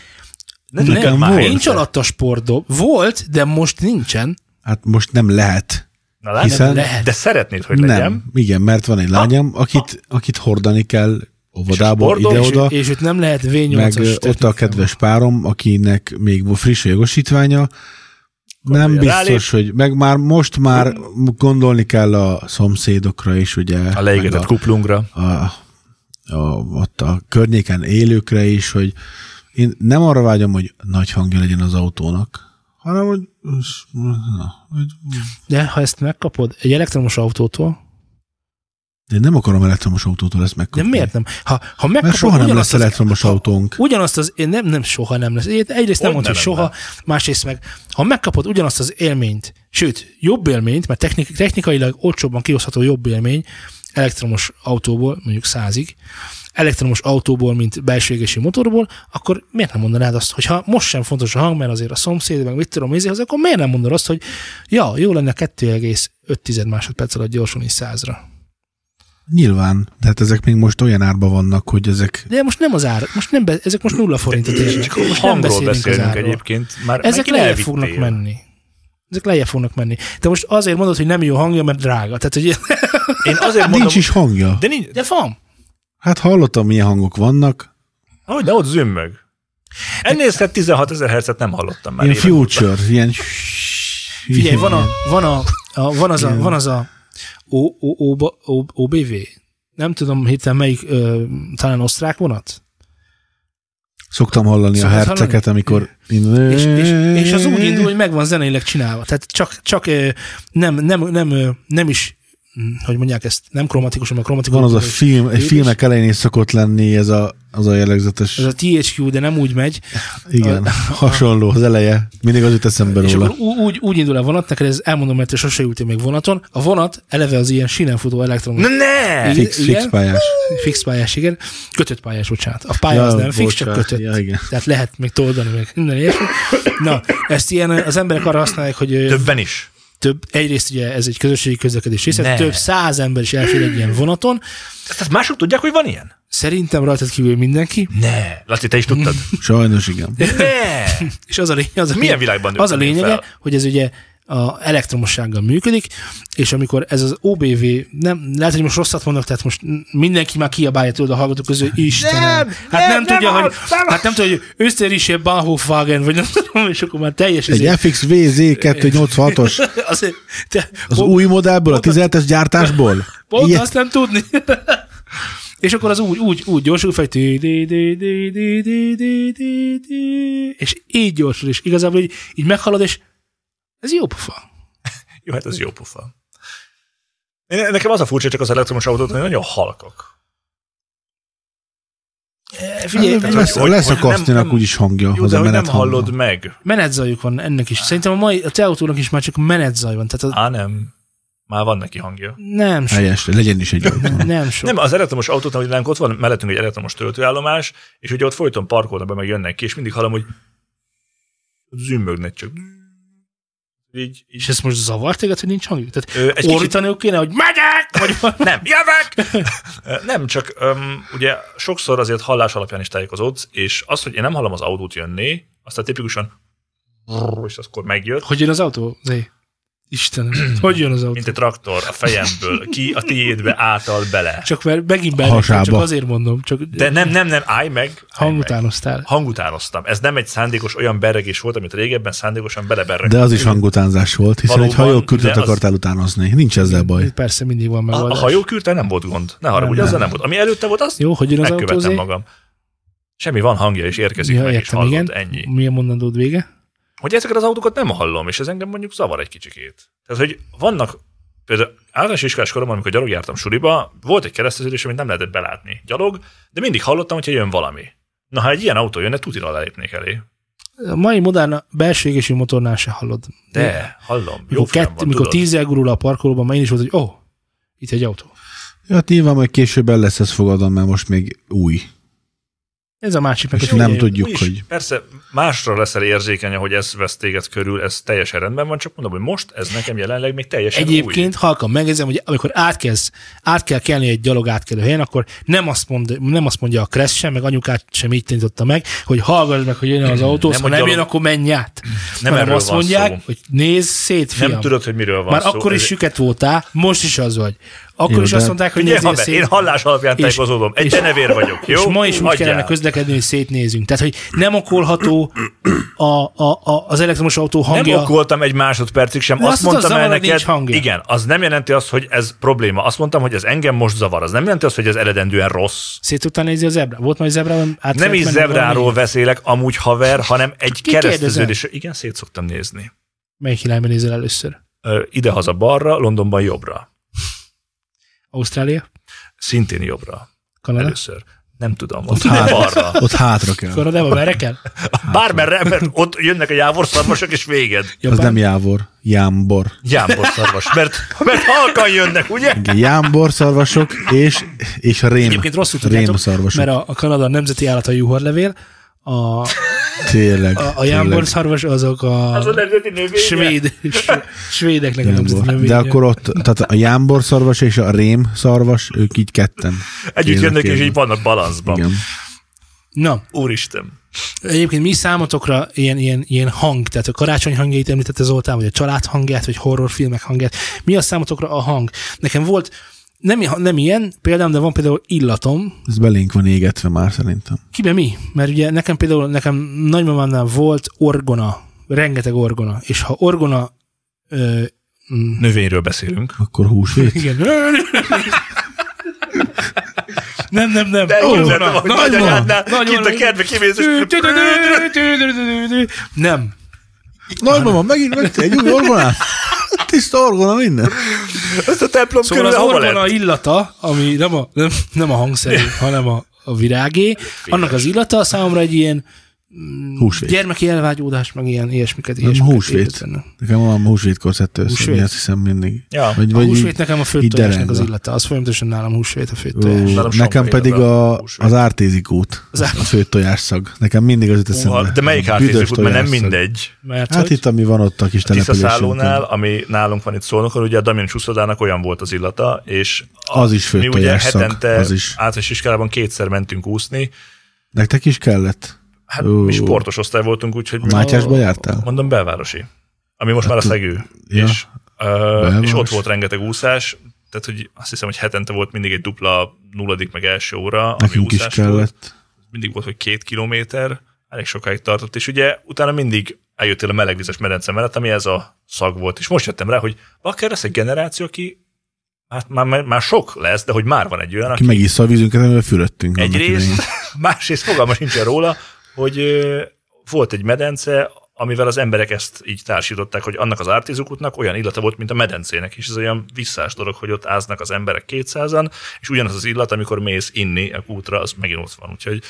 Speaker 3: Ne
Speaker 2: Nekem
Speaker 3: tedd már
Speaker 2: volt.
Speaker 3: én.
Speaker 1: nincs alatta sportdob. Volt, de most nincsen.
Speaker 2: Hát most nem lehet.
Speaker 3: Na, látod?
Speaker 2: Hiszen-
Speaker 1: Lehet.
Speaker 3: De szeretnéd, hogy
Speaker 2: nem,
Speaker 3: legyen.
Speaker 2: igen, mert van egy lányom, akit, akit hordani kell óvodából
Speaker 3: sportol is,
Speaker 2: ide-oda,
Speaker 1: És, és itt nem lehet
Speaker 2: meg
Speaker 1: V8-as.
Speaker 2: ö, ott a
Speaker 1: technikával.
Speaker 2: kedves párom, akinek még volt friss a jogosítványa, nem
Speaker 3: Gondolja,
Speaker 2: biztos, hogy meg már most már
Speaker 1: Hm.
Speaker 2: gondolni kell a szomszédokra is, ugye.
Speaker 3: A
Speaker 2: meg
Speaker 3: leégetett kuplungra.
Speaker 2: a, a, ott a környéken élőkre is, hogy én nem arra vágyom, hogy nagy hangja legyen az autónak, hanem, hogy, na, hogy
Speaker 1: De ha ezt megkapod egy elektromos autótól,
Speaker 2: én nem akarom elektromos autótól ezt
Speaker 1: de
Speaker 2: megkapni.
Speaker 1: miért nem? Ha, ha megkapod,
Speaker 2: Mert soha nem
Speaker 1: ugyanazt
Speaker 2: lesz
Speaker 1: az-
Speaker 2: elektromos autónk.
Speaker 1: Ugyanazt az, én nem, nem soha nem lesz. Én egyrészt nem
Speaker 3: Hogy
Speaker 1: mondta,
Speaker 3: ne
Speaker 1: hogy soha,
Speaker 3: lenne?
Speaker 1: másrészt meg, ha megkapod ugyanazt az élményt, sőt, jobb élményt, mert technik, technikailag olcsóbban kihozható jobb élmény elektromos autóból, mondjuk százig, elektromos autóból, mint belső égési motorból, akkor miért nem mondanád azt, hogy ha most sem fontos a hang, mert azért a szomszéd, meg mit tudom, nézi, akkor miért nem mondod azt, hogy ja, jó lenne 2,5 másodperc alatt gyorsulni százra.
Speaker 2: Nyilván, tehát ezek még most olyan árban vannak, hogy ezek
Speaker 1: De most nem az ár, most nem be, ezek most nulla forintot érnek.
Speaker 3: Csak
Speaker 1: Most nem
Speaker 3: hangról
Speaker 1: beszélünk az
Speaker 3: beszélünk
Speaker 1: árról.
Speaker 3: egyébként. Már
Speaker 1: Ezek
Speaker 3: megint
Speaker 1: lejjebb
Speaker 3: elvittél.
Speaker 1: fognak menni. Ezek lejjebb fognak menni. De most azért mondod, hogy nem jó hangja, mert drága. Tehát, hogy,
Speaker 3: Én azért mondom,
Speaker 2: nincs is hangja.
Speaker 3: de nincs,
Speaker 1: de van.
Speaker 2: Hát hallottam, milyen hangok vannak.
Speaker 3: ahogy ne ott zümmög. Ennél szebb 16 ezer hercet nem hallottam már.
Speaker 2: Ilyen
Speaker 3: évek óta.
Speaker 2: future, ilyen...
Speaker 1: Figyelj, van, a, van, a, a, van az a, van az a o, o, o, o, OBV. Nem tudom hirtelen melyik, ö, talán osztrák vonat?
Speaker 2: Szoktam hallani a
Speaker 1: Szoktad
Speaker 2: herceket, amikor...
Speaker 1: Szóval, hát És, és, és az úgy indul, hogy meg van zeneileg csinálva. Tehát csak, csak ö, nem, nem, nem, ö, nem is, hm, hogy mondják ezt, nem kromatikus, hanem kromatikus.
Speaker 2: Van az a film, egy filmek elején is szokott lenni ez a, az a jellegzetes,
Speaker 1: Ez a THQ, de nem úgy megy.
Speaker 2: igen, hasonló az eleje. Mindig az jut eszembe
Speaker 1: És
Speaker 2: róla.
Speaker 1: akkor ú- úgy, úgy indul a vonat, neked ez elmondom, mert te sose ültél még vonaton. A vonat eleve az ilyen sínen futó elektromos.
Speaker 3: Na ne!
Speaker 1: Igen.
Speaker 2: Fix, fix pályás.
Speaker 1: Fix pályás, igen. Kötött pályás, bocsánat. A pálya
Speaker 2: Ja,
Speaker 1: az nem fix, csak
Speaker 2: bocsánat.
Speaker 1: kötött.
Speaker 2: Ja, igen.
Speaker 1: Tehát lehet még toldani meg minden ilyesmi. Na, ezt ilyen az emberek arra használják, hogy ö,
Speaker 3: Többen is.
Speaker 1: több, egyrészt ugye ez egy közösségi közlekedés része,
Speaker 3: Ne.
Speaker 1: több száz ember is elfér egy ilyen vonaton.
Speaker 3: Tehát mások tudják, hogy van ilyen?
Speaker 1: Szerintem rajtad kívül mindenki.
Speaker 3: Ne! Laci, te is tudtad?
Speaker 2: Sajnos igen.
Speaker 3: ne!
Speaker 1: És az a lényeg, az a
Speaker 3: Milyen
Speaker 1: lényeg-
Speaker 3: világban
Speaker 1: Az a
Speaker 3: nőttem én
Speaker 1: lényege,
Speaker 3: fel?
Speaker 1: hogy ez ugye a elektromossággal működik, és amikor ez az OBV, nem, lehet, hogy most rosszat mondok, tehát most mindenki már kiabálja tudod a hallgatók közül, Istenem.
Speaker 3: Nem,
Speaker 1: hát nem,
Speaker 3: nem,
Speaker 1: tudja,
Speaker 3: nem
Speaker 1: hogy,
Speaker 3: az, nem
Speaker 1: hát nem tudja, hogy öszterische Bahnhofwagen, vagy nem tudom, és akkor már teljes
Speaker 2: Egy
Speaker 1: izé-
Speaker 2: FX VZ 286-os,
Speaker 1: azért, te,
Speaker 2: az
Speaker 1: pont-
Speaker 2: új modellből, a 17-es gyártásból.
Speaker 1: Pont
Speaker 2: Ilyet-
Speaker 1: azt nem tudni. És akkor az úgy, úgy, úgy gyorsul fel, hogy di- di- di- di- di- di- di- di, és így gyorsul, és igazából így, így meghalad, és ez jó pofa.
Speaker 3: Jó, hát ez jó pufa. Én, nekem az a furcsa, csak az elektromos autót, hogy nagyon halkak.
Speaker 1: E, Figyelj,
Speaker 2: Hát,
Speaker 1: hát,
Speaker 2: lesz,
Speaker 3: hogy-
Speaker 2: lesz a
Speaker 3: hogy nem-
Speaker 2: kasztinak
Speaker 3: nem-
Speaker 2: úgyis hangja.
Speaker 3: Jó,
Speaker 2: az
Speaker 3: de
Speaker 2: a
Speaker 3: hogy nem
Speaker 2: menet hangja.
Speaker 3: hallod meg.
Speaker 1: menetzajuk van ennek is. Szerintem a mai, a te autónak is már csak menetzaj van, tehát a,
Speaker 3: Á, nem. Már van neki hangja.
Speaker 1: nem sok,
Speaker 2: Helyes, legyen is egy autó.
Speaker 1: nem sok.
Speaker 3: Nem, az elektromos autóknak, hogy nálunk ott van mellettünk egy elektromos töltőállomás, és ugye ott folyton parkolnak be, meg jönnek ki, és mindig hallom, hogy zümmögnek csak. Így, így.
Speaker 1: És ez most zavar téged, hogy nincs hangjuk? Tehát
Speaker 3: Ö, egy kicsit,
Speaker 1: ordítaniuk kéne, hogy megyek! Vagy
Speaker 3: nem, jövök! Ö, nem, csak öm, ugye sokszor azért hallás alapján is tájékozódsz, és az, hogy én nem hallom az autót jönni, aztán tipikusan és akkor megjött,
Speaker 1: hogy jön az autó? Zé. Istenem, hogy jön az autó?
Speaker 3: mint egy traktor a fejemből, ki a tiédbe, által bele.
Speaker 1: Csak mert megint beléptem,
Speaker 2: hasába.
Speaker 1: csak azért mondom, csak
Speaker 3: De nem, nem, nem, állj meg! állj meg.
Speaker 1: hangutánoztál.
Speaker 3: Hangutánoztam. Ez nem egy szándékos olyan berregés volt, amit régebben szándékosan beleberregtem.
Speaker 2: De az is hangutánzás volt, hiszen
Speaker 3: Valóban,
Speaker 2: egy hajókürtet
Speaker 3: de az-
Speaker 2: akartál utánozni. Nincs ezzel baj.
Speaker 1: Persze mindig van
Speaker 3: A, a
Speaker 1: megoldás.
Speaker 3: hajókürtel nem volt gond. Ne haragudj,
Speaker 1: Nem,
Speaker 3: azzal nem volt. Ami előtte volt, azt
Speaker 1: Jó, hogy jön az
Speaker 3: megkövettem
Speaker 1: autózé?
Speaker 3: magam. Semmi van hangja, és érkezik
Speaker 1: Ja,
Speaker 3: meg, és
Speaker 1: értem,
Speaker 3: hallod,
Speaker 1: igen.
Speaker 3: ennyi.
Speaker 1: Mi a mondandód vége?
Speaker 3: Hogy ezeket az autókat nem hallom, és ez engem mondjuk zavar egy kicsikét. Tehát, hogy vannak, például általános iskolás koromban, amikor gyalog jártam suliba, volt egy kereszteződés, amit nem lehetett belátni. Gyalog, de mindig hallottam, hogyha jön valami. Na, ha egy ilyen autó jönne, tutira lelépnék elé.
Speaker 1: A mai modern belső égésű motornál se hallod.
Speaker 3: De, hallom. Jó
Speaker 1: mikor,
Speaker 3: fülem
Speaker 1: kett,
Speaker 3: van,
Speaker 1: mikor
Speaker 3: tudod.
Speaker 1: tízzel gurul a parkolóban, már én is volt, hogy ó, oh, itt egy autó.
Speaker 2: Ja, hát nyilván majd később el lesz ez fogadom, mert most még új.
Speaker 1: Ez a másik meg,
Speaker 2: És
Speaker 1: hogy
Speaker 2: nem
Speaker 1: figyelj,
Speaker 2: tudjuk,
Speaker 3: Úgyis
Speaker 2: hogy...
Speaker 3: Persze másra leszel érzékeny, hogy ez vesz téged körül, ez teljesen rendben van, csak mondom, hogy most ez nekem jelenleg még teljesen új.
Speaker 1: Egyébként halkan megjegyzem, hogy amikor átkezd, át kell kelni egy gyalog átkelő helyen, akkor nem azt, mond, nem azt mondja a Kressz sem, meg anyukát sem így tanította meg, hogy hallgass meg, hogy jön az autó, nem, ha
Speaker 3: Nem,
Speaker 1: nem
Speaker 3: hogy gyalog-
Speaker 1: jön, akkor menj át.
Speaker 3: Nem
Speaker 1: hanem
Speaker 3: erről
Speaker 1: azt
Speaker 3: van
Speaker 1: mondják,
Speaker 3: szó.
Speaker 1: hogy nézz szét,
Speaker 3: Nem
Speaker 1: fiam.
Speaker 3: tudod, hogy miről van
Speaker 1: Már
Speaker 3: szó.
Speaker 1: akkor is
Speaker 3: Ez-
Speaker 1: süket voltál, most is az vagy. Akkor
Speaker 2: Jó,
Speaker 1: is
Speaker 2: de-
Speaker 1: azt mondták, hogy
Speaker 3: Figyelj,
Speaker 1: nézzél
Speaker 3: haver,
Speaker 1: szét.
Speaker 3: én hallás alapján
Speaker 1: És-
Speaker 3: tájékozódom. Egy denevér vagyok, jó?
Speaker 1: És ma is úgy
Speaker 3: Hagyjál.
Speaker 1: kellene közlekedni, hogy szétnézünk. Tehát, hogy nem okolható a, a, a, az elektromos autó
Speaker 3: Nem
Speaker 1: hangja.
Speaker 3: okoltam egy másodpercig sem.
Speaker 1: De
Speaker 3: Azt,
Speaker 1: azt mondta,
Speaker 3: mondtam el
Speaker 1: zavarod,
Speaker 3: neked,
Speaker 1: nincs hangja.
Speaker 3: igen, az nem jelenti azt, hogy ez probléma. Azt mondtam, hogy ez engem most zavar. Az nem jelenti azt, hogy ez eredendően rossz.
Speaker 1: Szét tudtál nézni a zebrá? Volt majd zebra? Át
Speaker 3: Nem is zebráról beszélek, amúgy haver, hanem egy
Speaker 1: Ki kérdezel?
Speaker 3: kereszteződés. Igen, szét szoktam nézni.
Speaker 1: Melyik irányba nézel először?
Speaker 3: Ö, Idehaza balra, Londonban jobbra.
Speaker 1: Ausztrália?
Speaker 3: Szintén jobbra.
Speaker 1: Kanada?
Speaker 3: először. Nem tudom, ott hát.
Speaker 2: hát-
Speaker 3: balra.
Speaker 2: Ott hátra kell.
Speaker 1: Kanadába merre kell?
Speaker 3: Bármerre, mert ott jönnek a jávorszarvasok, és véged.
Speaker 2: Az
Speaker 1: Japán?
Speaker 2: nem jávor, jámbor.
Speaker 3: Jávorszarvas, mert, mert halkan jönnek, ugye?
Speaker 2: Igen, Jámbor szarvasok és, és rém,
Speaker 1: Egyébként rosszul
Speaker 2: rém
Speaker 1: tudjátok,
Speaker 2: szarvasok.
Speaker 1: mert a, a Kanada nemzeti állat a juhorlevél, a,
Speaker 2: Tényleg.
Speaker 1: a, a
Speaker 2: tényleg.
Speaker 1: jámbor szarvas azok a,
Speaker 3: Az a nemzeti növénye.
Speaker 1: svéd, s- svédeknek a nemzeti
Speaker 2: Jámbor.
Speaker 1: növénye.
Speaker 2: De akkor ott, tehát a jámbor szarvas és a rém szarvas, ők így ketten.
Speaker 3: Együtt
Speaker 2: élnek,
Speaker 3: jönnek, és
Speaker 2: élnek.
Speaker 3: így vannak balanszban.
Speaker 2: Igen.
Speaker 1: Na,
Speaker 3: Úristen.
Speaker 1: Egyébként mi számotokra ilyen, ilyen, ilyen hang, tehát a karácsony hangjait említette Zoltán, vagy a család hangját, vagy horrorfilmek hangját, mi a számotokra a hang? Nekem volt, nem, i- nem ilyen példám, de van például illatom,
Speaker 2: Ez belénk van égetve már szerintem.
Speaker 1: kibe mi? Mert ugye nekem például, nekem nagymamámnál volt orgona, rengeteg orgona, és ha orgona ö, mm,
Speaker 3: Növényről beszélünk.
Speaker 2: Akkor húsvét?
Speaker 1: igen. Nem, nem, nem.
Speaker 3: De
Speaker 1: Orgona.
Speaker 3: képzeld el, hogy
Speaker 1: Nagy
Speaker 3: nagyanyádnál
Speaker 1: van, nagy
Speaker 3: kint
Speaker 1: van.
Speaker 3: a kertbe kimész, és-
Speaker 1: Nem,
Speaker 2: Nagyban van, megint vettél egy új orgonát? Tiszta orgona minden.
Speaker 3: Ezt a templom
Speaker 1: Szóval
Speaker 3: körül
Speaker 1: az
Speaker 3: hova
Speaker 1: orgona
Speaker 3: lett?
Speaker 1: illata, ami nem a, nem, nem a hangszerű, hanem a, a virágé, annak az illata számomra egy ilyen
Speaker 2: Húsvét.
Speaker 1: gyermeki elvágyódás, meg ilyen ilyesmiket.
Speaker 2: Nem
Speaker 1: ilyesmiket
Speaker 2: húsvét.
Speaker 1: érzed benne.
Speaker 2: Nekem van húsvétkor szedte össze,
Speaker 1: Húsvét.
Speaker 2: mi azt hiszem mindig.
Speaker 3: Ja.
Speaker 2: Vagy,
Speaker 1: A
Speaker 2: vagy
Speaker 1: húsvét nekem a
Speaker 2: így
Speaker 1: főtojásnak az
Speaker 2: derengve.
Speaker 1: illata. Az folyamatosan nálam húsvét a főtojás.
Speaker 2: Ó, nekem
Speaker 3: Nálam sokkal
Speaker 2: pedig
Speaker 3: jobb a
Speaker 2: a,
Speaker 3: húsvét.
Speaker 2: az ártézikút,
Speaker 1: Az
Speaker 2: az
Speaker 1: ár-
Speaker 2: a fő tojásszag. Nekem mindig az jut
Speaker 3: Húha,
Speaker 2: eszembe.
Speaker 3: Szóval, De melyik
Speaker 2: A büdös
Speaker 3: hátizsuk, mert nem
Speaker 2: tojásszag.
Speaker 3: mindegy.
Speaker 1: Mert
Speaker 2: Hát
Speaker 1: hogy
Speaker 2: itt, ami van ott a kis
Speaker 3: Tisza
Speaker 2: településünkön.
Speaker 3: szállónál, ami nálunk van itt szólnokon, ugye a Damian Csúszodának olyan volt az illata, és a-
Speaker 2: Az is főtt
Speaker 3: mi ugye
Speaker 2: tojás szag,
Speaker 3: hetente
Speaker 2: az is.
Speaker 3: általános iskolában kétszer mentünk úszni,
Speaker 2: Nektek is kellett?
Speaker 3: Hát
Speaker 2: Ó.
Speaker 3: mi sportos osztály voltunk, úgyhogy
Speaker 2: A Mátyásba jártál?
Speaker 3: mondom belvárosi, ami most már a szegő.
Speaker 2: Hát, ja.
Speaker 3: És, ö, és
Speaker 2: Belváros.
Speaker 3: ott volt rengeteg úszás, tehát hogy azt hiszem, hogy hetente volt mindig egy dupla nulladik meg első óra, ami
Speaker 2: Nekünk is
Speaker 3: úszás volt.
Speaker 2: kellett.
Speaker 3: Mindig volt, hogy két kilométer, elég sokáig tartott, és ugye utána mindig eljöttél a melegvizes medence mellett, ami ez a szag volt. És most jöttem rá, hogy akár lesz egy generáció, aki hát már, már, már sok lesz, de hogy már van egy olyan,
Speaker 2: Ki
Speaker 3: aki
Speaker 2: megissza a vízünket, amivel fürödtünk. annak idején.
Speaker 3: Egyrészt, másrészt fogalma sincsen róla, hogy ö, volt egy medence, amivel az emberek ezt így társították, hogy annak az ártézukutnak olyan illata volt, mint a medencének, és ez olyan visszás dolog, hogy ott áznak az emberek 200-an, és ugyanaz az illat, amikor mész inni a útra, az megint ott van, úgyhogy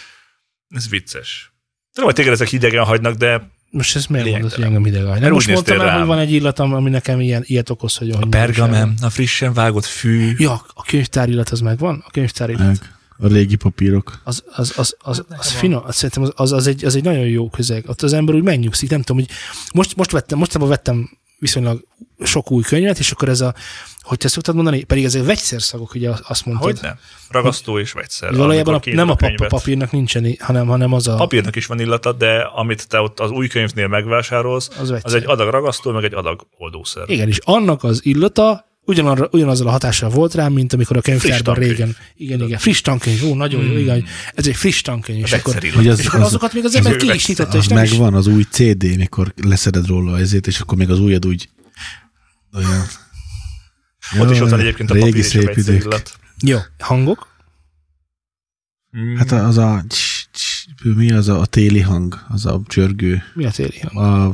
Speaker 3: ez vicces. Tudom, hogy téged ezek hidegen hagynak, de
Speaker 1: most ezt miért mondod, hogy
Speaker 3: Lényegtelen.
Speaker 1: engem ideg Nem
Speaker 3: Hát úgy
Speaker 1: most
Speaker 3: néztél
Speaker 1: mondtam el, hogy
Speaker 3: rám.
Speaker 1: van egy illatom, ami nekem ilyen, ilyet okoz, hogy... A
Speaker 3: a frissen vágott fű.
Speaker 1: Ja, a könyvtár illat az megvan? A könyvtár illat.
Speaker 2: Meg A régi papírok.
Speaker 1: az, az, az, az,
Speaker 3: Hát
Speaker 1: az finom, az, szerintem az, az, az, egy, az egy nagyon jó közeg. Ott az ember úgy megnyugszik, nem tudom, hogy most, most vettem, mostában vettem viszonylag sok új könyvet, és akkor ez a, hogy te szoktad mondani, pedig ezek vegyszerszagok, ugye azt mondtad.
Speaker 3: Hogy nem? Ragasztó és vegyszer.
Speaker 1: Hogy valójában a,
Speaker 3: amikor
Speaker 1: nem a
Speaker 3: kiírod
Speaker 1: pap,
Speaker 3: könyvet.
Speaker 1: papírnak nincsen, hanem, hanem az a...
Speaker 3: Papírnak is van illata, de amit te ott az új könyvnél megvásárolsz,
Speaker 1: Az
Speaker 3: az,
Speaker 1: vegyszer.
Speaker 3: az egy adag ragasztó, meg egy adag oldószer.
Speaker 1: Igen, és annak az illata ugyanarra, ugyanazzal a hatással volt rám, mint amikor a könyvtárban
Speaker 3: tankönyv. Hmm.
Speaker 1: régen. Igen, igen, friss tankönyv, ó, nagyon jó, igen, ez egy friss tankönyv. És akkor,
Speaker 3: Vegyszer illat.
Speaker 2: Hogy az,
Speaker 1: és akkor
Speaker 2: az,
Speaker 1: azokat még az ember
Speaker 3: az
Speaker 1: ki is
Speaker 3: vegyszer.
Speaker 1: nyitotta,
Speaker 2: az
Speaker 1: és nem is
Speaker 2: Ah, megvan az új CD, mikor leszeded róla ezért, és akkor még az újad úgy olyan.
Speaker 3: Ott
Speaker 2: Jaj,
Speaker 3: is ott van egyébként a
Speaker 2: régi
Speaker 3: papír és a
Speaker 2: szép
Speaker 3: vegyszer
Speaker 2: idők.
Speaker 3: illat. Hmm.
Speaker 1: Jó, hangok.
Speaker 2: Hát az a... Mi az a, a téli hang? Az a csörgő.
Speaker 1: Mi a téli hang?
Speaker 2: A,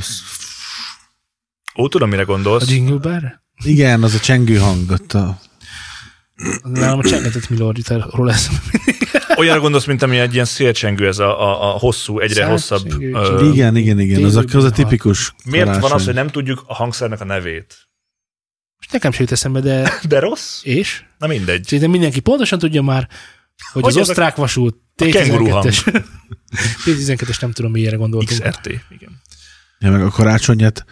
Speaker 3: Ó, tudom, mire
Speaker 1: A
Speaker 3: gondolsz.
Speaker 1: jingle bell?
Speaker 2: igen, az a csengő hang. Ott a,
Speaker 1: Az Nálam a csengetett Milorditról lesz.
Speaker 3: Olyanra gondolsz, mint ami egy ilyen szélcsengő, ez a, a, a hosszú, egyre
Speaker 1: Száz
Speaker 3: hosszabb.
Speaker 1: csengő,
Speaker 3: ö,
Speaker 1: csengő.
Speaker 2: igen, igen, igen. Az a, az a tipikus
Speaker 3: Miért van
Speaker 2: karácsony.
Speaker 3: az, hogy nem tudjuk a hangszernek a nevét?
Speaker 1: Most nekem se jut eszembe, de
Speaker 3: De rossz?
Speaker 1: és?
Speaker 3: Na mindegy.
Speaker 1: Szerintem mindenki pontosan tudja már, hogy,
Speaker 3: Hogy
Speaker 1: az
Speaker 3: ez a-
Speaker 1: osztrák vasút
Speaker 3: kenguru hang.
Speaker 1: T12-es. T12-es nem tudom, miért gondoltunk.
Speaker 3: XRT. Igen.
Speaker 2: Ja, meg a karácsonyat,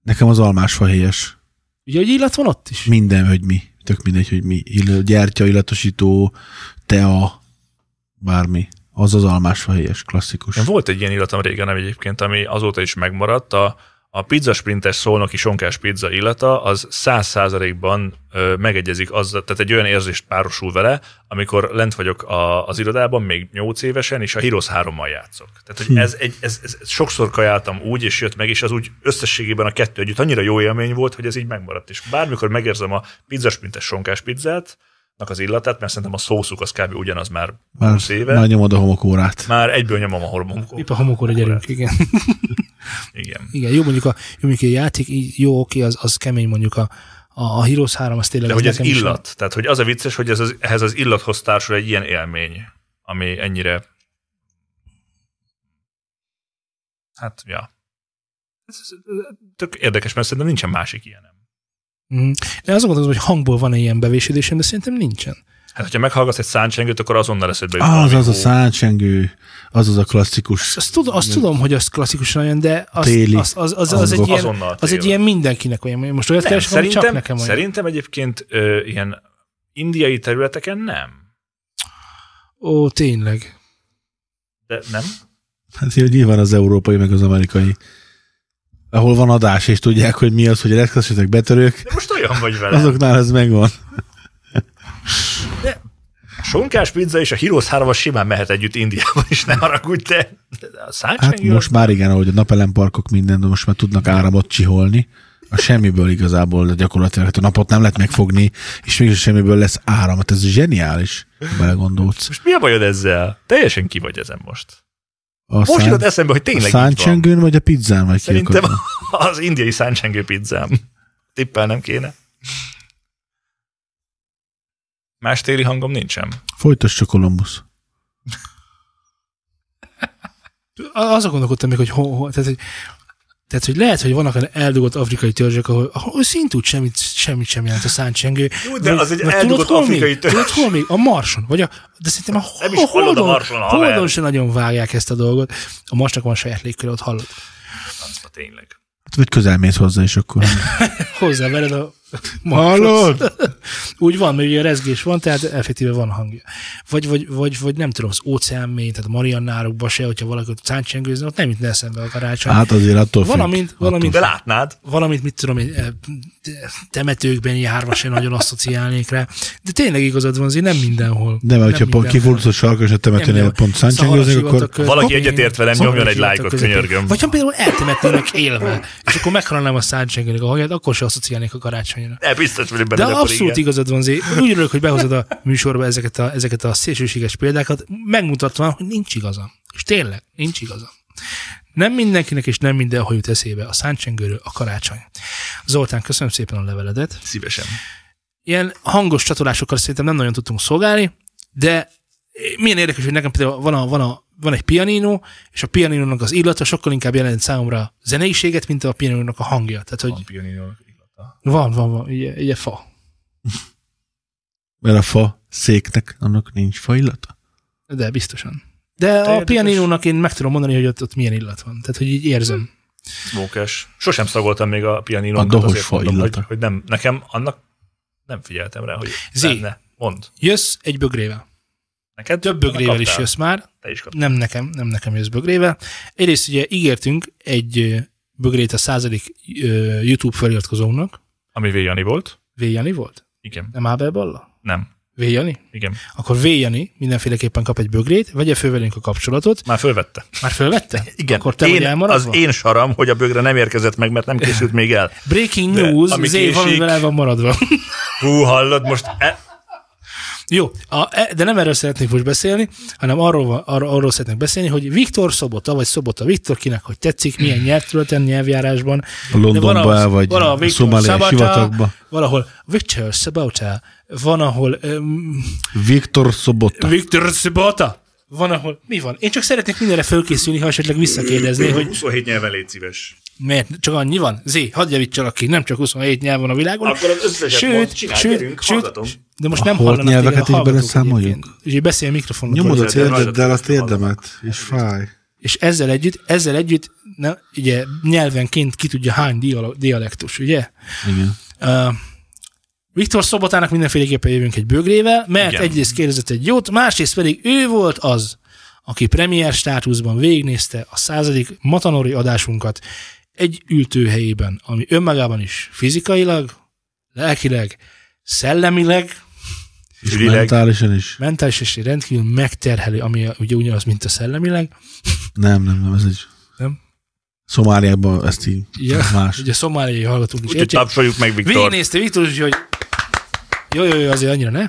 Speaker 2: nekem az almás fahéjas.
Speaker 1: Ugye, hogy illat van ott is?
Speaker 2: Minden, hogy mi. Tök mindegy, hogy mi. Ill- Gyertya, illatosító, tea, bármi. Az az almás fahéjas, klasszikus.
Speaker 3: Volt egy ilyen illatom régen ami egyébként, ami azóta is megmaradt. A, a pizza sprintes szolnoki sonkás pizza illata az száz százalékban ö, megegyezik azzal, tehát egy olyan érzést párosul vele, amikor lent vagyok a, az irodában, még 8 évesen, és a Heroes 3-mal játszok. Tehát, hogy ez, egy, ez, ez, ez, sokszor kajáltam úgy, és jött meg, és az úgy összességében a kettő együtt annyira jó élmény volt, hogy ez így megmaradt. És bármikor megérzem a pizza sprintes sonkás pizzát, az illatát, mert szerintem a szószuk az kb. ugyanaz már
Speaker 2: Már,
Speaker 3: 20 éve.
Speaker 2: már nyomod a homokórát.
Speaker 3: Már egyből nyomom a hormonkot.
Speaker 1: Épp a homokóra gyerünk, igen.
Speaker 3: Igen.
Speaker 1: Igen, jó mondjuk a, jó mondjuk a játék, így jó, oké, az, az kemény mondjuk a, a, a Heroes 3, az tényleg
Speaker 3: De
Speaker 1: az
Speaker 3: hogy ez
Speaker 1: nekem is-
Speaker 3: illat. Tehát, hogy az a vicces, hogy ez az, ehhez az illathoz társul egy ilyen élmény, ami ennyire... Hát, ja. Ez, ez, ez tök érdekes, mert szerintem nincsen másik ilyenem.
Speaker 1: Mhm. De azon gondolom, hogy hangból van-e ilyen bevésődésem, de szerintem nincsen.
Speaker 3: Hát, hogyha meghallgatsz egy száncsengőt, akkor azonnal eszedbe
Speaker 1: Ah,
Speaker 3: jut.
Speaker 2: Az
Speaker 3: valami,
Speaker 2: az a
Speaker 3: ó,
Speaker 2: száncsengő, az az a klasszikus.
Speaker 1: Azt, tud, azt tudom, hogy az klasszikusan olyan, de az,
Speaker 2: Téli
Speaker 1: az, az, az, az, egy
Speaker 2: hangok.
Speaker 1: ilyen,
Speaker 3: Azonnal
Speaker 1: az egy
Speaker 3: téli.
Speaker 1: ilyen mindenkinek olyan. Most olyat
Speaker 3: Nem,
Speaker 1: keresem, ami
Speaker 3: szerintem,
Speaker 1: csak nekem olyan.
Speaker 3: szerintem egyébként ö, ilyen indiai területeken nem.
Speaker 1: Ó, tényleg.
Speaker 3: De nem?
Speaker 2: Hát így, nyilván az európai, meg az amerikai. Ahol van adás, és tudják, hogy mi az, hogy retkesetek betörők,
Speaker 3: De most olyan vagy vele.
Speaker 2: azoknál ez megvan.
Speaker 3: A sonkás pizza és a Heroes 3 simán mehet együtt Indiában is, ne haragudj, de a
Speaker 2: Hát
Speaker 3: száncsengő...
Speaker 2: most már igen, ahogy a napelemparkok minden, de most már tudnak áramot csiholni. A semmiből igazából de gyakorlatilag hát a napot nem lehet megfogni, és mégis a semmiből lesz áram. Hát ez zseniális, ha belegondolsz.
Speaker 3: Most mi a bajod ezzel? Teljesen ki vagy ezen most.
Speaker 2: A
Speaker 3: Most jutott eszembe, hogy
Speaker 2: a
Speaker 3: tényleg így van.
Speaker 2: száncsengőn vagy a pizzán vagy ki
Speaker 3: Szerintem
Speaker 2: akarod?
Speaker 3: az indiai száncsengő pizzám. Tippel nem kéne. Más téli hangom nincsen.
Speaker 2: Folytass a Kolumbusz.
Speaker 1: A- Azon gondolkodtam még, hogy, ho, ho, tehát, hogy tehát, hogy lehet, hogy vannak olyan eldugott afrikai törzsek, ahol, ahol szintúgy semmit, semmit sem jelent a száncsengő.
Speaker 3: Jó, de az egy
Speaker 1: tudod,
Speaker 3: eldugott
Speaker 1: hol
Speaker 3: afrikai
Speaker 1: még?
Speaker 3: törzs.
Speaker 1: Tudod, hol még? A Marson. Vagy a, de szerintem a,
Speaker 3: Nem is
Speaker 1: a
Speaker 3: hallod a
Speaker 1: holdon,
Speaker 3: Marson, haver.
Speaker 1: holdon se nagyon vágják ezt a dolgot. A Marsnak van saját légköre, ott hallod.
Speaker 3: Francba tényleg.
Speaker 2: Hát vagy közel mész hozzá, és akkor...
Speaker 1: Hozzá veled a
Speaker 2: Hallod?
Speaker 1: Úgy van, mert ugye a rezgés van, tehát effektíve van hangja. Vagy, vagy, vagy, vagy nem tudom, az óceán mély, tehát a Mariannárokba se, hogyha valaki ott száncsengőzne, ott nem jutna eszembe a karácsony.
Speaker 2: Hát azért attól függ.
Speaker 1: Valamint, valamint
Speaker 3: De látnád,
Speaker 1: valamit, mit tudom én, eh, temetőkben járva se nagyon asszociálnék rá. De tényleg igazad van, azért nem mindenhol.
Speaker 2: De mert hogyha pont
Speaker 1: mindenhol.
Speaker 2: kifordulsz a sarkon, és a temetőnél
Speaker 1: mindenhol.
Speaker 2: pont száncsengőznek,
Speaker 1: Szaharas
Speaker 2: akkor
Speaker 1: sivatag köz-
Speaker 3: valaki
Speaker 1: Igen.
Speaker 3: egyetért velem,
Speaker 1: Szaharas
Speaker 3: nyomjon egy
Speaker 1: sivatag
Speaker 3: lájkot,
Speaker 1: közepén.
Speaker 3: könyörgöm.
Speaker 1: Vagy ha például eltemetnének élve, és akkor meghallanám a száncsengőnek a hangját, akkor se asszociálnék a karácsonyra.
Speaker 3: de biztos vagyok
Speaker 1: De
Speaker 3: benne, hogy akkor
Speaker 1: abszolút
Speaker 3: igen.
Speaker 1: igazad van, Zé. Úgy örülök, hogy behozod a műsorba ezeket a, ezeket a szélsőséges példákat, megmutatva, hogy nincs igazam. És tényleg, nincs igazam. Nem mindenkinek és nem mindenhol jut eszébe a száncsengőről a karácsony. Zoltán, köszönöm szépen a leveledet.
Speaker 3: Szívesen.
Speaker 1: Ilyen hangos csatolásokkal szerintem nem nagyon tudtunk szolgálni, de milyen érdekes, hogy nekem például van, a, van, a, van egy pianino, és a pianinónak az illata sokkal inkább jelent számomra zeneiséget, mint a pianinónak a hangja. Tehát, hogy van, van, van, ugye, ugye fa.
Speaker 2: mert a fa széknek annak nincs fa illata.
Speaker 1: De biztosan. De a
Speaker 3: érdekes.
Speaker 1: pianinónak én meg tudom mondani, hogy ott, ott milyen illat van. Tehát, hogy így érzem.
Speaker 3: Smokes. Sosem szagoltam még a pianinót.
Speaker 2: A dohos
Speaker 3: azért
Speaker 2: fa
Speaker 3: mondom, hogy,
Speaker 2: illata.
Speaker 3: hogy, nem, nekem annak nem figyeltem rá, hogy
Speaker 1: Zé.
Speaker 3: lenne. Mond.
Speaker 1: Jössz egy bögrével.
Speaker 3: Neked
Speaker 1: Több bögrével is
Speaker 3: kaptál?
Speaker 1: jössz már.
Speaker 3: Te is kaptál.
Speaker 1: Nem nekem, nem nekem jössz bögrével. Egyrészt ugye ígértünk egy ö, bögrét a századik ö, YouTube feliratkozónak.
Speaker 3: Ami Véjani volt.
Speaker 1: V. Jani volt?
Speaker 3: Igen.
Speaker 1: Nem Ábel Balla?
Speaker 3: Nem.
Speaker 1: V. Jani?
Speaker 3: Igen.
Speaker 1: Akkor V. Jani mindenféleképpen kap egy bögrét, vegye föl velünk a kapcsolatot.
Speaker 3: Már fölvette.
Speaker 1: Már fölvette?
Speaker 3: Igen.
Speaker 1: Akkor te vagy
Speaker 3: én, az
Speaker 1: elmaradva?
Speaker 3: én saram, hogy a bögre nem érkezett meg, mert nem készült még el.
Speaker 1: Breaking
Speaker 3: De,
Speaker 1: news,
Speaker 3: ami
Speaker 1: Zé valamivel
Speaker 3: késik.
Speaker 1: el van maradva.
Speaker 3: Hú, hallod, most e,
Speaker 1: Jó, a, e- de nem erről szeretnék most beszélni, hanem arról, va- arról, arról szeretnék beszélni, hogy Viktor Szobota, vagy Szobota Viktor, kinek hogy tetszik, milyen nyelvtületen, nyelvjárásban.
Speaker 2: A Londonba el, vagy
Speaker 1: valahol
Speaker 2: a
Speaker 1: Viktor
Speaker 2: szomáliai
Speaker 1: Szabata,
Speaker 2: sivatagba.
Speaker 1: Valahol Viktor Szobota, van ahol um,
Speaker 2: Viktor Szobota.
Speaker 1: Viktor Szobota, van ahol, mi van? Én csak szeretnék mindenre fölkészülni, ha esetleg visszakérdezni, hogy
Speaker 3: 27 nyelven légy szíves.
Speaker 1: miért csak annyi van? Zé, hadd javítsalak ki, nem csak 27 nyelv van a világon.
Speaker 3: Akkor az összeset mond, csinálj, gyerünk, hallgatom.
Speaker 1: de most
Speaker 2: A
Speaker 1: nem
Speaker 2: holt
Speaker 1: hallanak téged,
Speaker 2: nyelveket
Speaker 1: a
Speaker 2: így
Speaker 1: hallgatók
Speaker 2: beleszámoljuk?
Speaker 1: egyébként. Úgyhogy beszélj a mikrofonba.
Speaker 2: Nyomod a
Speaker 3: Rajzot-
Speaker 2: térdeddel a
Speaker 3: rajzot-
Speaker 2: térdemet, és fáj.
Speaker 1: És ezzel együtt, ezzel együtt, nem, ugye nyelvenként ki tudja hány dialo- dialektus, ugye?
Speaker 2: Igen.
Speaker 1: Uh, Viktor Szobotának mindenféleképpen jövünk egy bögrével, mert Igen.
Speaker 3: Igen.
Speaker 1: egyrészt kérdezett egy jót, másrészt pedig ő volt az, aki premier státuszban végignézte a századik matanori adásunkat egy ültőhelyében, ami önmagában is fizikailag, lelkileg, szellemileg,
Speaker 2: És
Speaker 3: Ülileg.
Speaker 2: mentálisan is.
Speaker 1: mentális és rendkívül megterhelő, ami ugye ugyanaz, mint a szellemileg.
Speaker 2: Nem, nem, nem, ez egy...
Speaker 1: Nem?
Speaker 2: Szomáliában ezt így
Speaker 1: Ugye,
Speaker 2: más.
Speaker 1: ugye szomáliai hallgatók is
Speaker 3: Úgyhogy
Speaker 1: értsék.
Speaker 3: tapsoljuk meg, Viktor.
Speaker 1: Végignézte Viktor, úgyhogy jó, jó, jó, azért annyira ne.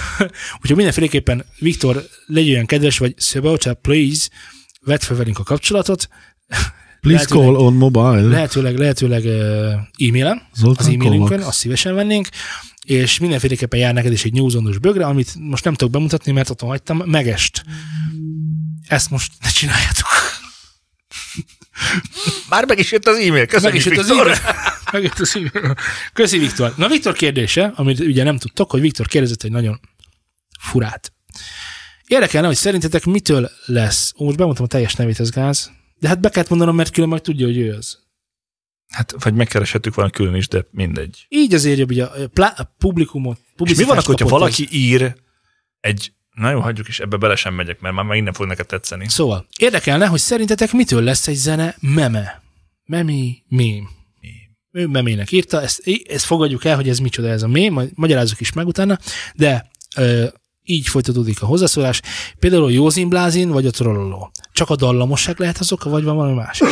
Speaker 1: úgyhogy mindenféleképpen Viktor, legyél olyan kedves, vagy Szabauta, please, vedd fel velünk a kapcsolatot,
Speaker 2: Please
Speaker 1: Lehetőleg-
Speaker 2: call on mobile.
Speaker 1: lehetőleg, lehetőleg ö, e-mailen,
Speaker 2: Zoltán
Speaker 1: az e-mailünkön,
Speaker 2: Kovacs.
Speaker 1: azt szívesen vennénk, és mindenféleképpen jár neked is egy nyúzondós bögre, amit most nem tudok bemutatni, mert otthon hagytam, megest. Ezt most ne csináljátok.
Speaker 3: Már meg is jött az e-mail.
Speaker 1: Meg
Speaker 3: Köszönjük,
Speaker 1: is jött az
Speaker 3: Viktor.
Speaker 1: e-mail. Meg jött az e-mail. Köszi, Viktor. Na, Viktor kérdése, amit ugye nem tudtok, hogy Viktor kérdezett egy nagyon furát. Érdekelne, hogy szerintetek mitől lesz, ó, most bemondtam a teljes nevét, ez gáz, de hát be kellett mondanom, mert külön majd tudja, hogy ő az.
Speaker 3: Hát, vagy megkereshettük volna külön is, de mindegy.
Speaker 1: Így azért jobb, ugye a, plá- a publikumot,
Speaker 3: És mi van
Speaker 1: publicitást
Speaker 3: akkor, hogyha
Speaker 1: kapott
Speaker 3: valaki ír egy... Na jó, hagyjuk is, ebbe bele sem megyek, mert már megint nem fog neked tetszeni.
Speaker 1: ez. Szóval, érdekelne, hogy szerintetek mitől lesz egy zene meme. Memi, mém. Ő memének írta, ezt, ezt fogadjuk el, hogy ez micsoda ez a mém, majd magyarázzuk is meg utána, de ö, így folytatódik a hozzászólás. Például a Józin Blázin, vagy a Trolloló. Csak a dallamosság lehet azok, vagy van valami más?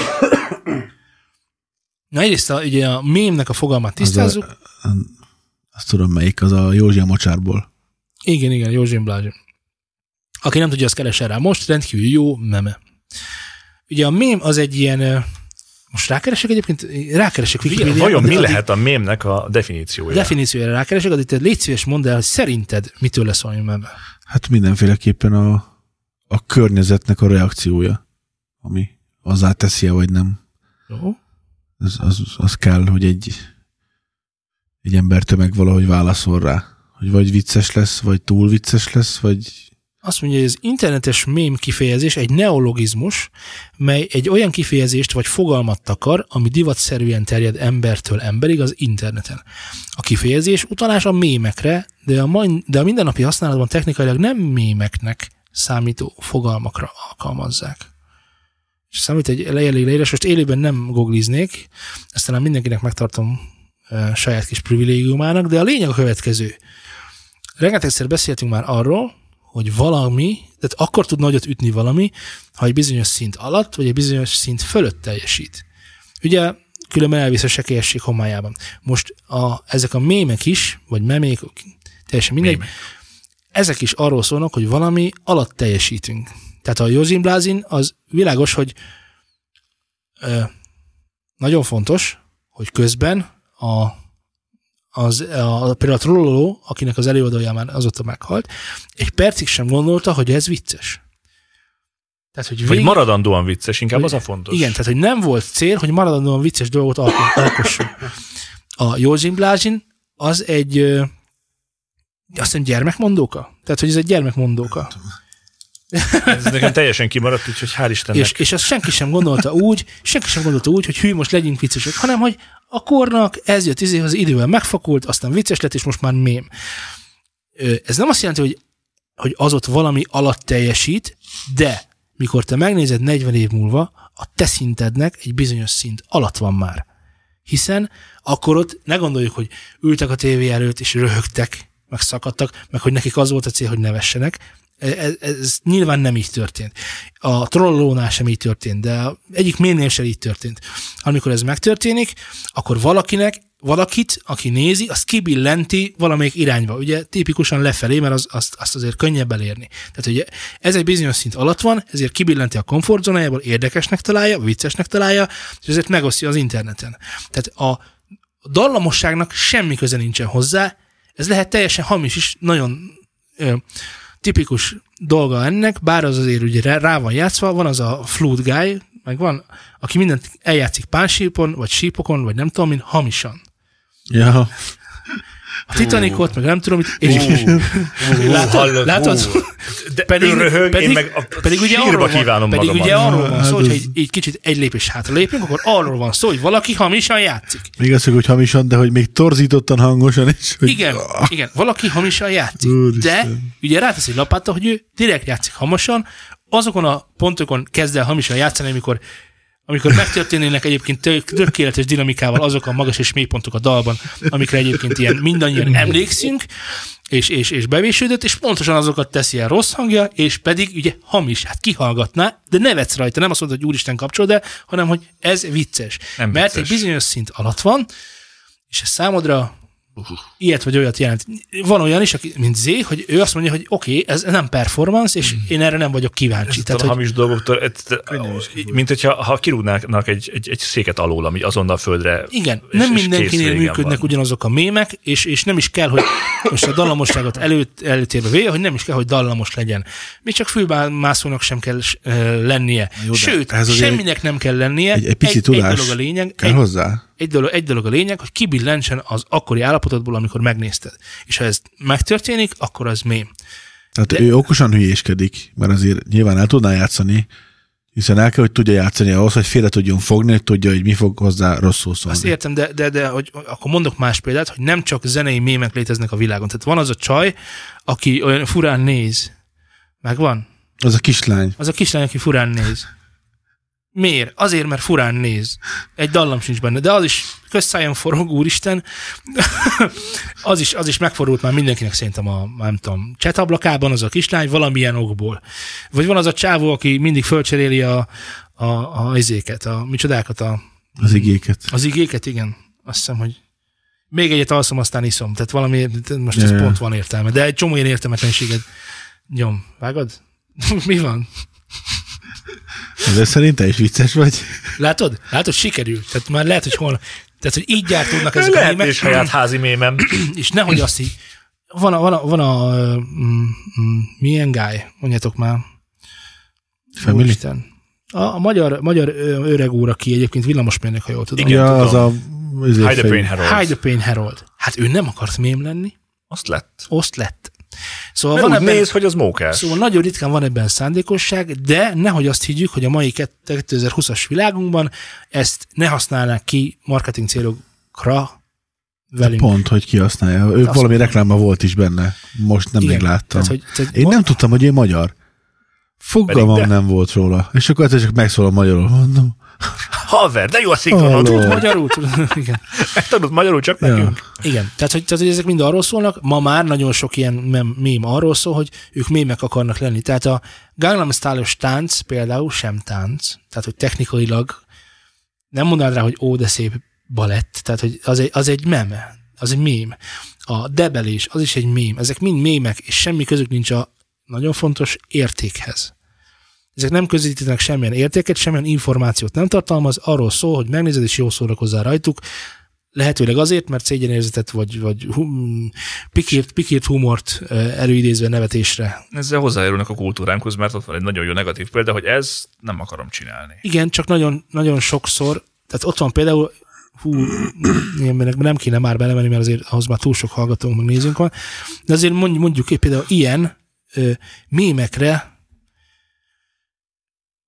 Speaker 1: Na egyrészt a, ugye a mémnek a fogalmát tisztázzuk.
Speaker 2: Az a, azt tudom melyik, az a Józsi a mocsárból.
Speaker 1: Igen, igen, Józsin Blázsi. Aki nem tudja, az keresen rá most, rendkívül jó meme. Ugye a mém az egy ilyen, ö, most rákeresek egyébként, rákeresek Wikipédián.
Speaker 3: Vajon mi
Speaker 1: addig-
Speaker 3: lehet a mémnek a definíciója?
Speaker 1: Definíciójára rákeresek, addig te légy szíves, mondd el, hogy szerinted mitől lesz valami meme.
Speaker 2: Hát mindenféleképpen a, a környezetnek a reakciója, ami azzá teszi vagy nem.
Speaker 1: Jó?
Speaker 2: Az, az, az kell, hogy egy, egy ember tömeg valahogy válaszol rá. Hogy vagy vicces lesz, vagy túl vicces lesz, vagy
Speaker 1: Azt mondja, hogy az internetes mém kifejezés egy neologizmus, mely egy olyan kifejezést vagy fogalmat takar, ami divatszerűen terjed embertől emberig az interneten. A kifejezés utalás a mémekre, de a, mai, de a mindennapi használatban technikailag nem mémeknek számító fogalmakra alkalmazzák. És számít egy lejelég leírás, most élőben nem gogliznék, ezt talán mindenkinek megtartom e, saját kis privilégiumának, de a lényeg a következő. Rengetegszer beszéltünk már arról, hogy valami, tehát akkor tud nagyot ütni valami, ha egy bizonyos szint alatt, vagy egy bizonyos szint fölött teljesít. Ugye különben elvisz a sekélyesség homályában. Most a, ezek a mémek is, vagy memék, teljesen mindegy,
Speaker 3: Mémek.
Speaker 1: ezek is arról szólnak, hogy valami alatt teljesítünk. Tehát a Józsin Blázin az világos, hogy ö, nagyon fontos, hogy közben a az, a, például a trolloló, akinek az előadója már azóta meghalt, egy percig sem gondolta, hogy ez vicces. Tehát, hogy
Speaker 3: Vagy
Speaker 1: végig-
Speaker 3: maradandóan vicces, inkább az a fontos.
Speaker 1: igen, tehát hogy nem volt cél, hogy maradandóan vicces dolgot alko- alkosson. A Józsin Blázsin az egy ö, azt hiszem gyermekmondóka? Tehát, hogy ez egy gyermekmondóka.
Speaker 3: Ez nekem teljesen kimaradt, úgyhogy hál' Istennek.
Speaker 1: És, és azt senki sem gondolta úgy, senki sem gondolta úgy, hogy hű, most legyünk viccesek, hanem hogy a kornak ez jött izé, az idővel megfakult, aztán vicces lett, és most már mém. Ö, Ez nem azt jelenti, hogy, hogy az ott valami alatt teljesít, de mikor te megnézed 40 év múlva, a te szintednek egy bizonyos szint alatt van már. Hiszen akkor ott ne gondoljuk, hogy ültek a tévé előtt, és röhögtek, meg szakadtak, meg hogy nekik az volt a cél, hogy nevessenek. Ez, ez, e, ez nyilván nem így történt. A trollónál sem így történt, de egyik ménél sem így történt. Amikor ez megtörténik, akkor valakinek, valakit, aki nézi, az kibillenti valamelyik irányba. Ugye tipikusan lefelé, mert az, azt, azt azért könnyebb elérni. Tehát ugye ez egy bizonyos szint alatt van, ezért kibillenti a komfortzónájából, érdekesnek találja, viccesnek találja, és ezért megosztja az interneten. Tehát a a dallamosságnak semmi köze nincsen hozzá, ez lehet teljesen hamis is, nagyon ö, tipikus dolga ennek, bár az azért ugye rá- rá van játszva, van az a flute guy, meg van, aki mindent eljátszik pánsípon, vagy sípokon, vagy nem tudom, mint hamisan.
Speaker 2: Ja.
Speaker 1: A Titanicot, meg nem tudom, mit, és látod, látod,
Speaker 3: De pedig, röhög, pedig, én meg a,
Speaker 1: pedig ugye
Speaker 3: sírba
Speaker 1: arról van,
Speaker 3: kívánom
Speaker 1: pedig
Speaker 3: magamat.
Speaker 1: ugye arról van
Speaker 2: Hát
Speaker 1: szó, hogy
Speaker 2: ez-
Speaker 1: egy, így kicsit egy lépés hátra lépünk, akkor arról van szó, hogy valaki hamisan játszik.
Speaker 2: Még az, hogy hamisan, de hogy még torzítottan hangosan is. Hogy
Speaker 1: Igen, igen, valaki hamisan játszik.
Speaker 2: Úristen.
Speaker 1: De ugye rátesz egy lapáttal, hogy ő direkt játszik hamasan, azokon a pontokon kezd el hamisan játszani, amikor amikor megtörténnének egyébként tök, tökéletes dinamikával azok a magas és mély pontok a dalban, amikre egyébként ilyen mindannyian emlékszünk, és, és, és bevésődött, és pontosan azokat teszi el rossz hangja, és pedig ugye hamis, hát kihallgatná, de nevetsz rajta, nem azt mondod, hogy úristen kapcsolod el, hanem hogy ez vicces.
Speaker 3: Nem
Speaker 1: Mert
Speaker 3: vicces.
Speaker 1: egy bizonyos szint alatt van, és ez számodra ilyet vagy olyat jelent. Van olyan is, aki, mint Z, hogy ő azt mondja, hogy oké, okay, ez nem performance,
Speaker 2: Hmm.
Speaker 1: és én erre nem vagyok kíváncsi.
Speaker 3: Tehát,
Speaker 1: Tehát,
Speaker 3: a
Speaker 1: hogy
Speaker 3: hamis dolgoktól, ez, mint hogyha ha kirúgnának egy, egy, egy széket alól, ami azonnal földre.
Speaker 1: igen,
Speaker 3: és-
Speaker 1: nem
Speaker 3: és kész
Speaker 1: mindenkinél
Speaker 3: végen
Speaker 1: működnek
Speaker 3: van.
Speaker 1: ugyanazok a mémek, és, és nem is kell, hogy most a dallamosságot előtt, előtérbe véje, hogy nem is kell, hogy dallamos legyen. Még csak fülmászónak sem kell uh, lennie.
Speaker 2: Jó,
Speaker 1: Jó,
Speaker 2: de
Speaker 1: Sőt,
Speaker 2: ez azért
Speaker 1: semminek nem kell lennie.
Speaker 2: Egy, egy pici
Speaker 1: egy,
Speaker 2: tudás
Speaker 1: egy dolog a lényeg,
Speaker 2: kell
Speaker 1: egy,
Speaker 2: hozzá.
Speaker 1: Egy dolog, egy dolog a lényeg, hogy kibillentsen az akkori állapotodból, amikor megnézted. És ha ez megtörténik, akkor az mém.
Speaker 2: Tehát
Speaker 1: de-
Speaker 2: ő okosan hülyéskedik, mert azért nyilván el tudná játszani, hiszen el kell, hogy tudja játszani ahhoz, hogy félre tudjon fogni, hogy tudja, hogy mi fog hozzá rosszul szólni.
Speaker 1: Azt értem, de, de, de hogy, akkor mondok más példát, hogy nem csak zenei mémek léteznek a világon. Tehát van az a csaj, aki olyan furán néz. Megvan?
Speaker 2: Az a kislány.
Speaker 1: Az a kislány, aki furán néz. Miért? Azért, mert furán néz. Egy dallam sincs benne, de az is közszájon forog, úristen. az, is, az is megfordult már mindenkinek szerintem a, nem tudom, csetablakában az a kislány valamilyen okból. Vagy van az a csávó, aki mindig fölcseréli a, a, a, a izéket, a micsodákat, a,
Speaker 2: Az
Speaker 1: Hmm.
Speaker 2: igéket.
Speaker 1: az igéket, igen. Azt hiszem, hogy még egyet alszom, aztán iszom. Tehát valami, most ez
Speaker 2: Ja, ja.
Speaker 1: pont van értelme. De egy csomó ilyen értelmetlenséget nyom. Vágod? Mi van?
Speaker 2: Azért szerint te is vicces vagy.
Speaker 1: Látod? Látod, sikerül. Tehát már lehet, hogy holnap. Tehát, hogy így gyártódnak ezek a
Speaker 3: Lehet,
Speaker 1: mémek,
Speaker 3: és
Speaker 2: hát.
Speaker 3: saját házi mémem.
Speaker 1: és nehogy azt így. Van a, van a, van a ö, mm, mm, milyen guy, mondjátok már.
Speaker 2: Family?
Speaker 1: Úristen. A, a magyar, magyar ö, öreg úr, aki egyébként villamosmérnök, ha jól tudom.
Speaker 3: Igen,
Speaker 2: ja, az a... azért
Speaker 3: Hide the
Speaker 2: fej-
Speaker 3: Pain
Speaker 1: Hide
Speaker 3: Herald.
Speaker 1: the Pain Herald. Hát ő nem akart mém lenni,
Speaker 3: Azt lett.
Speaker 1: oszt lett. Szóval,
Speaker 3: Mert
Speaker 1: van
Speaker 3: úgy
Speaker 1: ebben,
Speaker 3: néz, hogy az mókás.
Speaker 1: szóval nagyon ritkán van ebben szándékosság, de nehogy azt higgyük, hogy a mai 2020-as világunkban ezt ne használnák ki marketing célokra velünk.
Speaker 2: Pont, hogy kihasználja. Ő
Speaker 1: Azt-
Speaker 2: valami reklámban volt is benne. Most nem még láttam.
Speaker 1: Tehát, hogy, tehát
Speaker 2: Én nem tudtam, hogy ő magyar. Fogalmam
Speaker 3: Pedig de.
Speaker 2: nem volt róla. És akkor egyszer csak megszólal magyarul. Mondom,
Speaker 3: Haver, de jó a szinkronod.
Speaker 2: Halló.
Speaker 3: Tud-
Speaker 1: Magyarul tudod, igen.
Speaker 3: Tudod magyarul csak
Speaker 2: ja.
Speaker 3: nekünk.
Speaker 1: igen. Tehát hogy, tehát, hogy ezek mind arról szólnak, ma már nagyon sok ilyen mem, mém arról szól, hogy ők mémek akarnak lenni. Tehát a Gangnam Style-os tánc például sem tánc, tehát hogy technikailag nem mondanád rá, hogy ó, de szép balett, tehát hogy az egy, az egy meme, az egy mém. A debelés, az is egy mém. Ezek mind mémek, és semmi közük nincs a nagyon fontos értékhez. Ezek nem közvetítenek semmilyen értéket, semmilyen információt nem tartalmaz, arról szól, hogy megnézed és jó szórakozzál rajtuk, lehetőleg azért, mert szégyenérzetet vagy, vagy hum, pikírt, pikírt humort ö, előidézve nevetésre.
Speaker 3: Ezzel hozzájárulnak a kultúránkhoz, mert ott van egy nagyon jó negatív példa, hogy ez nem akarom csinálni.
Speaker 1: Igen, csak nagyon, nagyon sokszor, tehát ott van például, hú, ilyenben nem kéne már belemenni, mert azért ahhoz már túl sok hallgatónk, meg nézünk van, de azért mondjuk, mondjuk ki, például ilyen ö, mémekre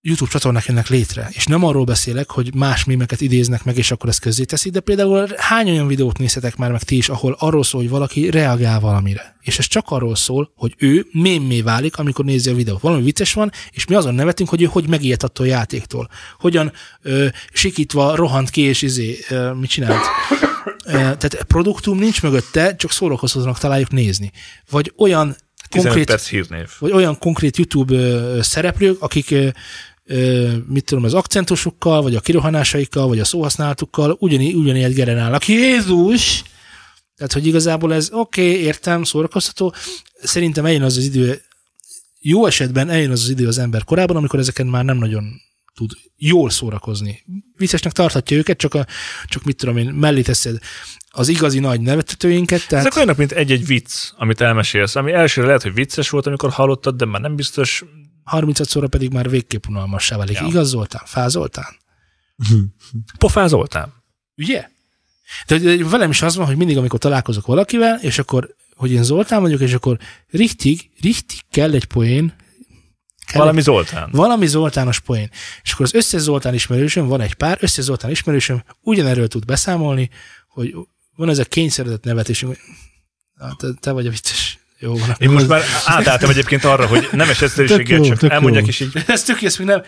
Speaker 1: YouTube csatornák jönnek létre, és nem arról beszélek, hogy más mémeket idéznek meg, és akkor ezt közzéteszik, de például hány olyan videót nézhetek már meg ti is, ahol arról szól, hogy valaki reagál valamire. És ez csak arról szól, hogy ő mémmé válik, amikor nézi a videót. Valami vicces van, és mi azon nevetünk, hogy ő hogy megijedt attól a játéktól. Hogyan ö, sikítva rohant ki, és izé, ö, mit csinált. Ö, tehát produktum nincs mögötte, csak szórakoztatónak találjuk nézni. Vagy olyan
Speaker 3: 15
Speaker 1: konkrét Hát-
Speaker 3: perc hírnév.
Speaker 1: vagy olyan konkrét YouTube ö, szereplők, akik ö, ö, mit tudom, az akcentusukkal, vagy a kirohanásaikkal, vagy a szóhasználatukkal ugyanígy, ugyanígy generálnak. Jézus! Tehát, hogy igazából ez oké, okay, értem, szórakoztató. Szerintem eljön az az idő, jó esetben eljön az az idő az ember korában, amikor ezeken már nem nagyon tud jól szórakozni. Viccesnek tarthatja őket, csak, a, csak mit tudom én, mellé teszed az igazi nagy nevetetőinket, tehát
Speaker 3: Ezek olyanok, mint egy-egy vicc, amit elmesélsz, ami elsőre lehet, hogy vicces volt, amikor hallottad, de már nem biztos.
Speaker 1: 36 óra pedig már végképp unalmassá válik. Ja.
Speaker 3: Ja.
Speaker 1: Igaz, Zoltán? Fázoltán?
Speaker 3: Pofázoltál.
Speaker 1: Ugye? De, de velem is az van, hogy mindig, amikor találkozok valakivel, és akkor, hogy én Zoltán vagyok, és akkor richtig, richtig kell egy poén, kell
Speaker 3: Valami Zoltán.
Speaker 1: valami Zoltános poén. És akkor az összes Zoltán ismerősöm, van egy pár, összes Zoltán ismerősöm ugyanerről tud beszámolni, hogy van ez a kényszeredett nevetés, hogy "Na, te, te vagy a vicces. Jó van.
Speaker 3: Én most már átálltam egyébként arra, hogy nem
Speaker 2: Tök
Speaker 3: esetszerűséggel,
Speaker 2: jó,
Speaker 3: csak
Speaker 2: tök jó.
Speaker 3: elmondják, és így
Speaker 1: Ez tök jó, ezt még nem.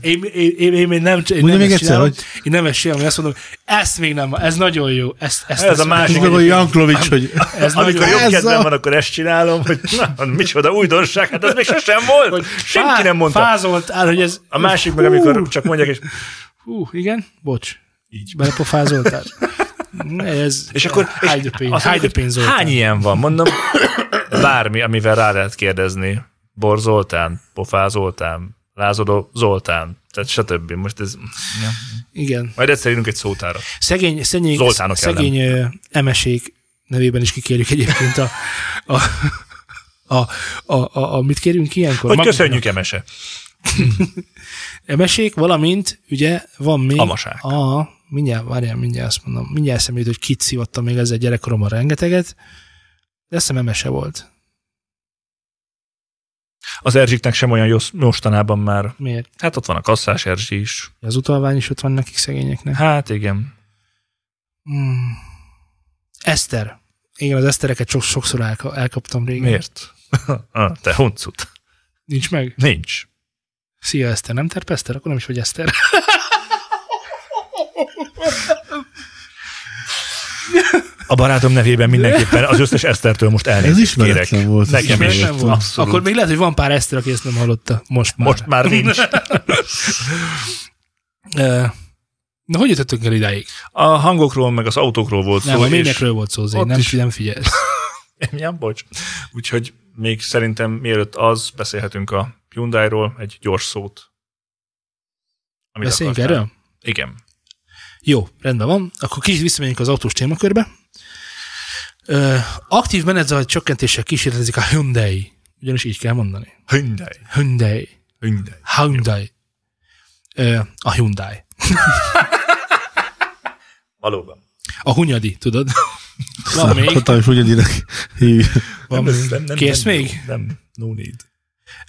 Speaker 1: Én, én, én, én, még nem, én
Speaker 2: Mondja
Speaker 1: nem
Speaker 2: még
Speaker 1: ezt
Speaker 2: egyszer,
Speaker 1: csinálom.
Speaker 2: hogy-
Speaker 1: Én nem ezt csinálom, én azt mondom, ezt még nem, ez nagyon jó. Ezt, ezt,
Speaker 3: Ez
Speaker 1: ezt
Speaker 3: a másik,
Speaker 2: És akkor Janklovics, hogy
Speaker 1: Ez
Speaker 3: Amikor
Speaker 1: nagyon-
Speaker 2: Ez
Speaker 3: jobb kedvem
Speaker 2: a-
Speaker 3: van, akkor ezt csinálom, hogy na, micsoda újdonság, hát ez még sosem volt. Hogy Senki
Speaker 1: Fá-
Speaker 3: nem mondta.
Speaker 1: Fázoltál, hogy ez...
Speaker 3: A másik meg, amikor csak mondják, és,
Speaker 1: Hú, igen? Bocs. Így. Belepofázoltál. ez...
Speaker 3: és akkor... És
Speaker 1: Hány pénz,
Speaker 3: azt
Speaker 1: hány
Speaker 3: mondják, hogy
Speaker 1: pénz Zoltán.
Speaker 3: hány ilyen van? Mondom, bármi, amivel rá lehet kérdezni. Bor Zoltán, Pofá Zoltán, Lázadó Zoltán, tehát stb. Most ez... Ja.
Speaker 1: Igen.
Speaker 3: Majd egyszer írunk egy szótára.
Speaker 1: Szegény, szegény,
Speaker 3: Zoltánok
Speaker 1: szegény ö, emesék nevében is kikérjük egyébként a... a a, a, a, a, mit kérünk ilyenkor?
Speaker 3: Hogy
Speaker 1: Magunknak.
Speaker 3: köszönjük, Emese.
Speaker 1: Emesék, valamint ugye van még...
Speaker 3: Amaság.
Speaker 1: A, mindjárt, várjál, mindjárt azt mondom, mindjárt eszembe jut, hogy kit szívattam még ezzel gyerekkoromban rengeteget, de azt hiszem emese volt.
Speaker 3: Az Erzsiknek sem olyan jó mostanában már.
Speaker 1: Miért?
Speaker 3: Hát ott van a kasszás Erzsi is.
Speaker 1: Az utalvány is ott van nekik szegényeknek.
Speaker 3: Hát igen.
Speaker 1: Hmm. Eszter. Igen, az esztereket sok, sokszor elka- elkaptam régen.
Speaker 3: Miért? Ah, Te huncut.
Speaker 1: Nincs meg?
Speaker 3: Nincs.
Speaker 1: Szia, Eszter. Nem terp Eszter? Akkor nem is vagy Eszter.
Speaker 3: A barátom nevében mindenképpen az összes Esztertől most elnézést
Speaker 2: Ez ismeretlen
Speaker 3: kérek.
Speaker 2: volt, ez
Speaker 3: Nekem is.
Speaker 1: nem volt.
Speaker 3: Abszolút.
Speaker 1: Akkor még lehet, hogy van pár Eszter, aki ezt nem hallotta. Most már.
Speaker 3: Most már nincs.
Speaker 1: Ö, Na, hogy jutottunk el idáig?
Speaker 3: A hangokról, meg az autókról volt
Speaker 1: Nem,
Speaker 3: szó.
Speaker 1: a mémekről volt szó, Zé,
Speaker 3: Szóval ott
Speaker 1: nem,
Speaker 3: is.
Speaker 1: nem figyelsz.
Speaker 3: És... Ja, bocs. Úgyhogy még szerintem mielőtt az, beszélhetünk a Hyundai-ról egy gyors szót. Amit
Speaker 1: Beszéljünk
Speaker 3: akartál.
Speaker 1: erről?
Speaker 3: Igen.
Speaker 1: Jó, rendben van. Akkor kicsit visszamegyünk az autós témakörbe. Ö, aktív menedzaj csökkentéssel kísérletezik a Hyundai. Ugyanis így kell mondani.
Speaker 3: Hyundai.
Speaker 1: Hyundai.
Speaker 3: Hyundai.
Speaker 1: Hyundai. Ö, a Hyundai.
Speaker 3: Valóban.
Speaker 1: A Hunyadi, tudod? Van még?
Speaker 2: Hatalmas ugyaninek hívja.
Speaker 1: Van
Speaker 3: ez
Speaker 1: még. Kész
Speaker 3: nem,
Speaker 1: még?
Speaker 3: Nem, no need.